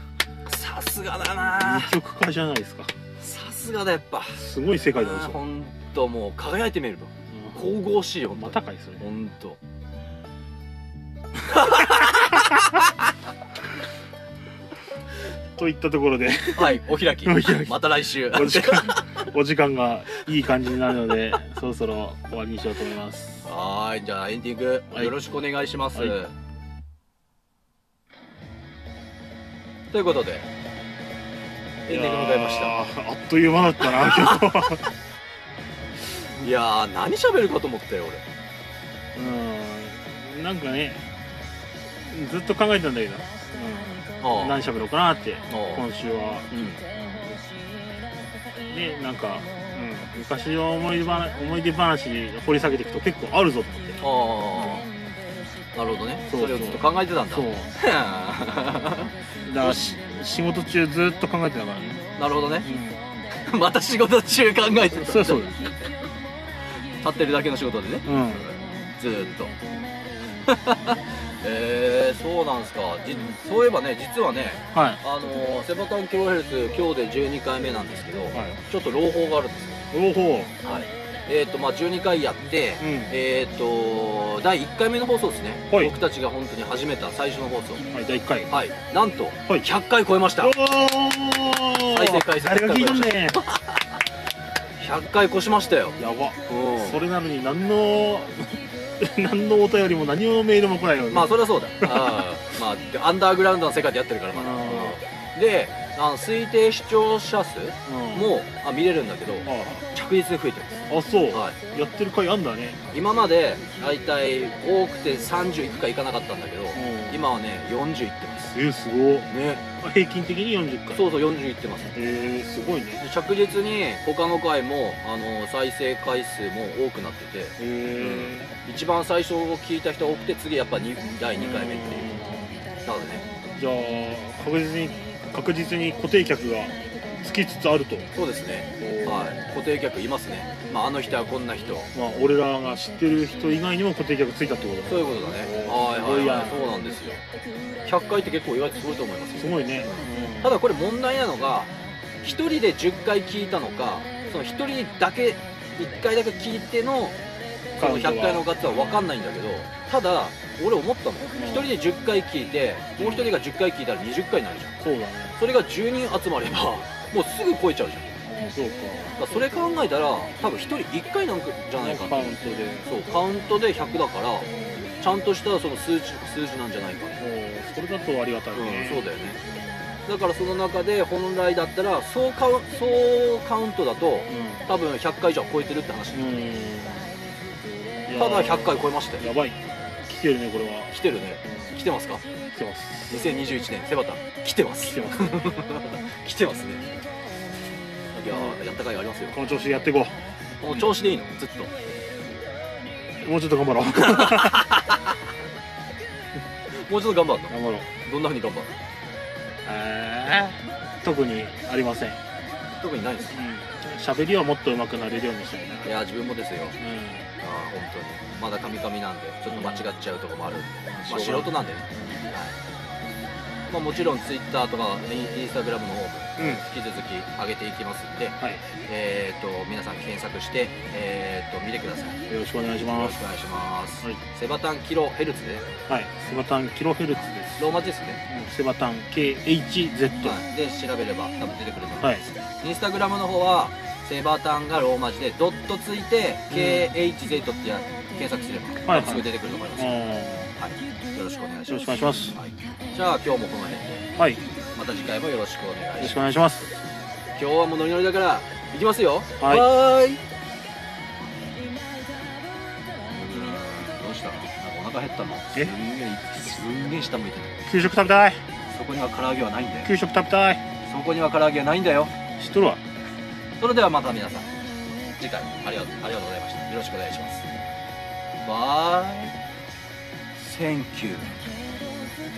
A: さすがだな
B: 二極化じゃないですか
A: さすがだやっぱ
B: すごい世界だよそれ
A: 本当もう輝いてみると
B: うん
A: 神々しいよ
B: またかいそれ
A: 本当
B: といったところ [laughs] で
A: はいお開き
B: お開き
A: また来週
B: お時間お時間がいい感じになるのでそろそろ終わりにしようと思います
A: はーいじゃあエンディング、
B: はい
A: よろしくお願いします、
B: はい
A: ということでエンディング迎えました
B: いやーあっという間だったな今日は
A: いやー何喋るかと思ったよ俺
B: うんなんかねずっと考えてたんだけど、
A: あ
B: う
A: あ
B: ん、何喋ろうかなって
A: ああ
B: 今週は
A: うん
B: でなんか、うん、昔の思い出話思い出話掘り下げていくと結構あるぞと思って
A: ああなるほどね
B: そう
A: それをずっと考えてたんだ
B: そうだからし仕事中ずっと考えてたからね、
A: [laughs] なるほどね [laughs] また仕事中考えてた
B: そうそう
A: 立ってるだけの仕事でね
B: うん
A: ずーっと [laughs] えー、そうなんすかじそういえばね実はね
B: はい
A: あのーセバカンキロヘルツ今日で12回目なんですけど、
B: はい
A: ちょっと朗報があるんです
B: おほ
A: よはいえっ、とまあ12回やって、
B: うん
A: えっ、と第1回目の放送ですね、
B: はい
A: 僕たちが本当に始めた最初の放送
B: はい第1回
A: はいなんと
B: はい
A: 100回超えました
B: おお
A: 再生回数
B: あれが聞いたんね
A: 100回越しましたよ
B: やば
A: うん
B: それなのに何の [laughs] 何のお便りも何のメールも来ないよね
A: まあそれは [laughs] そうだあーまあでアンダーグラウンドの世界でやってるからまだ
B: あ
A: うんであの推定視聴者数
B: うん
A: もあ見れるんだけど
B: あ
A: 着実に増えてます
B: あそう、
A: はい
B: やってる回あんだね
A: 今まで大体多くて30いくかいかなかったんだけど
B: うん
A: 今はね40いってます
B: えー、すごい
A: ね
B: あ平均的に40回
A: そうそう40いってます
B: えー、すごいね
A: で着実に他の回もあの再生回数も多くなってて
B: えー
A: 一番最初を聞いた人多くて次やっぱに第2回目っていうなのでね
B: じゃあ確実に確実に固定客がつきつつあると、
A: そうですねはい固定客いますね、まあ、あの人はこんな人
B: まあ、俺らが知ってる人以外にも固定客ついたってことだ
A: そういうことだねはいはいはいそうなんですよ100回って結構意外とすごいと思いますよ
B: すごいね、うん
A: ただこれ問題なのが1人で10回聞いたのかその1人だけ1回だけ聞いてのその100回の数は分かんないんだけどただ俺思ったの1人で10回聞いてもう1人が10回聞いたら20回になるじゃん
B: そうだね
A: それが10人集まればもうすぐ超えちゃうじゃん
B: そう
A: だからそれ考えたら多分1人1回なんじゃないか
B: か
A: な
B: カウントで
A: そうカウントで100だからちゃんとしたその数値数字なんじゃないかな
B: おーそれだとありがたいね、
A: うん、そうだよねだからその中で本来だったらそうカウそうカウントだと多分100回以上は超えてるって話、
B: うん、うんいや
A: ただ100回超えましたよ
B: やばい来てるねこれは
A: 来てるね来てますか
B: 来てます
A: 2021年セバタ来てます
B: 来てます
A: 来てますねいやーやったかいありますよ
B: この調子でやっていこ
A: この調子でいいのずっと
B: うもうちょっと頑張
A: [laughs]
B: ろう
A: もうちょっと頑張る
B: 頑張ろう
A: のどんなふうに頑張るの
B: えー特にありません
A: 特にないです
B: 喋、りはもっと上手くなれるようにしたいな、
A: いやー自分もですよあ
B: う
A: ー本当にまだカミカミなんでちょっと間違っちゃうとこもあるんで
B: ん
A: まあ、素人なんでね、はいまあ、もちろんツイッターとかインインスタグラムの方も
B: うん
A: 引き続き上げていきますんで、
B: はい
A: えー、と皆さん検索して、えー、と見てくださいよ
B: よろしくお願いしま
A: ろ
B: す
A: しくお願いします、
B: はい
A: セバタンキロヘルツで
B: はいセバタンキロヘルツです
A: ローマ字ですね、
B: うんセバタン KHZ は
A: はい、で調べれば多分出てくると思い
B: い、
A: ます、インスタグラムの方はセバタンがローマ字でドットついて KHZ ってや検索すれば、
B: はいはい
A: すぐ出てくると思います、
B: うん
A: はい
B: よ
A: よろしくお願いし
B: ろ
A: ま
B: しくお
A: す
B: 願いします
A: はい、じゃあ今日もこの辺で
B: はいよ
A: また次回もよろしくお願いします
B: ろしくお願いします
A: 今日はもうノリノリだから行きますよ
B: はい
A: はーいどうしたなんかお腹減ったの
B: え
A: すんげえすんげえ下向いてる
B: 給食食べたい
A: そこには唐揚げはないんだよ
B: 給食食べたい
A: そこには唐揚げはないんだよ
B: 知っとるわ
A: それではまた皆さん次回ありがとうありがとうございましたよろしくお願いしますバイセンキュ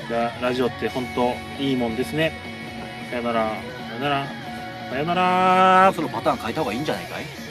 A: ー
B: ララジオって本当いいもんですねさよならさよならさよなら
A: そのパターン変えた方がいいんじゃないかい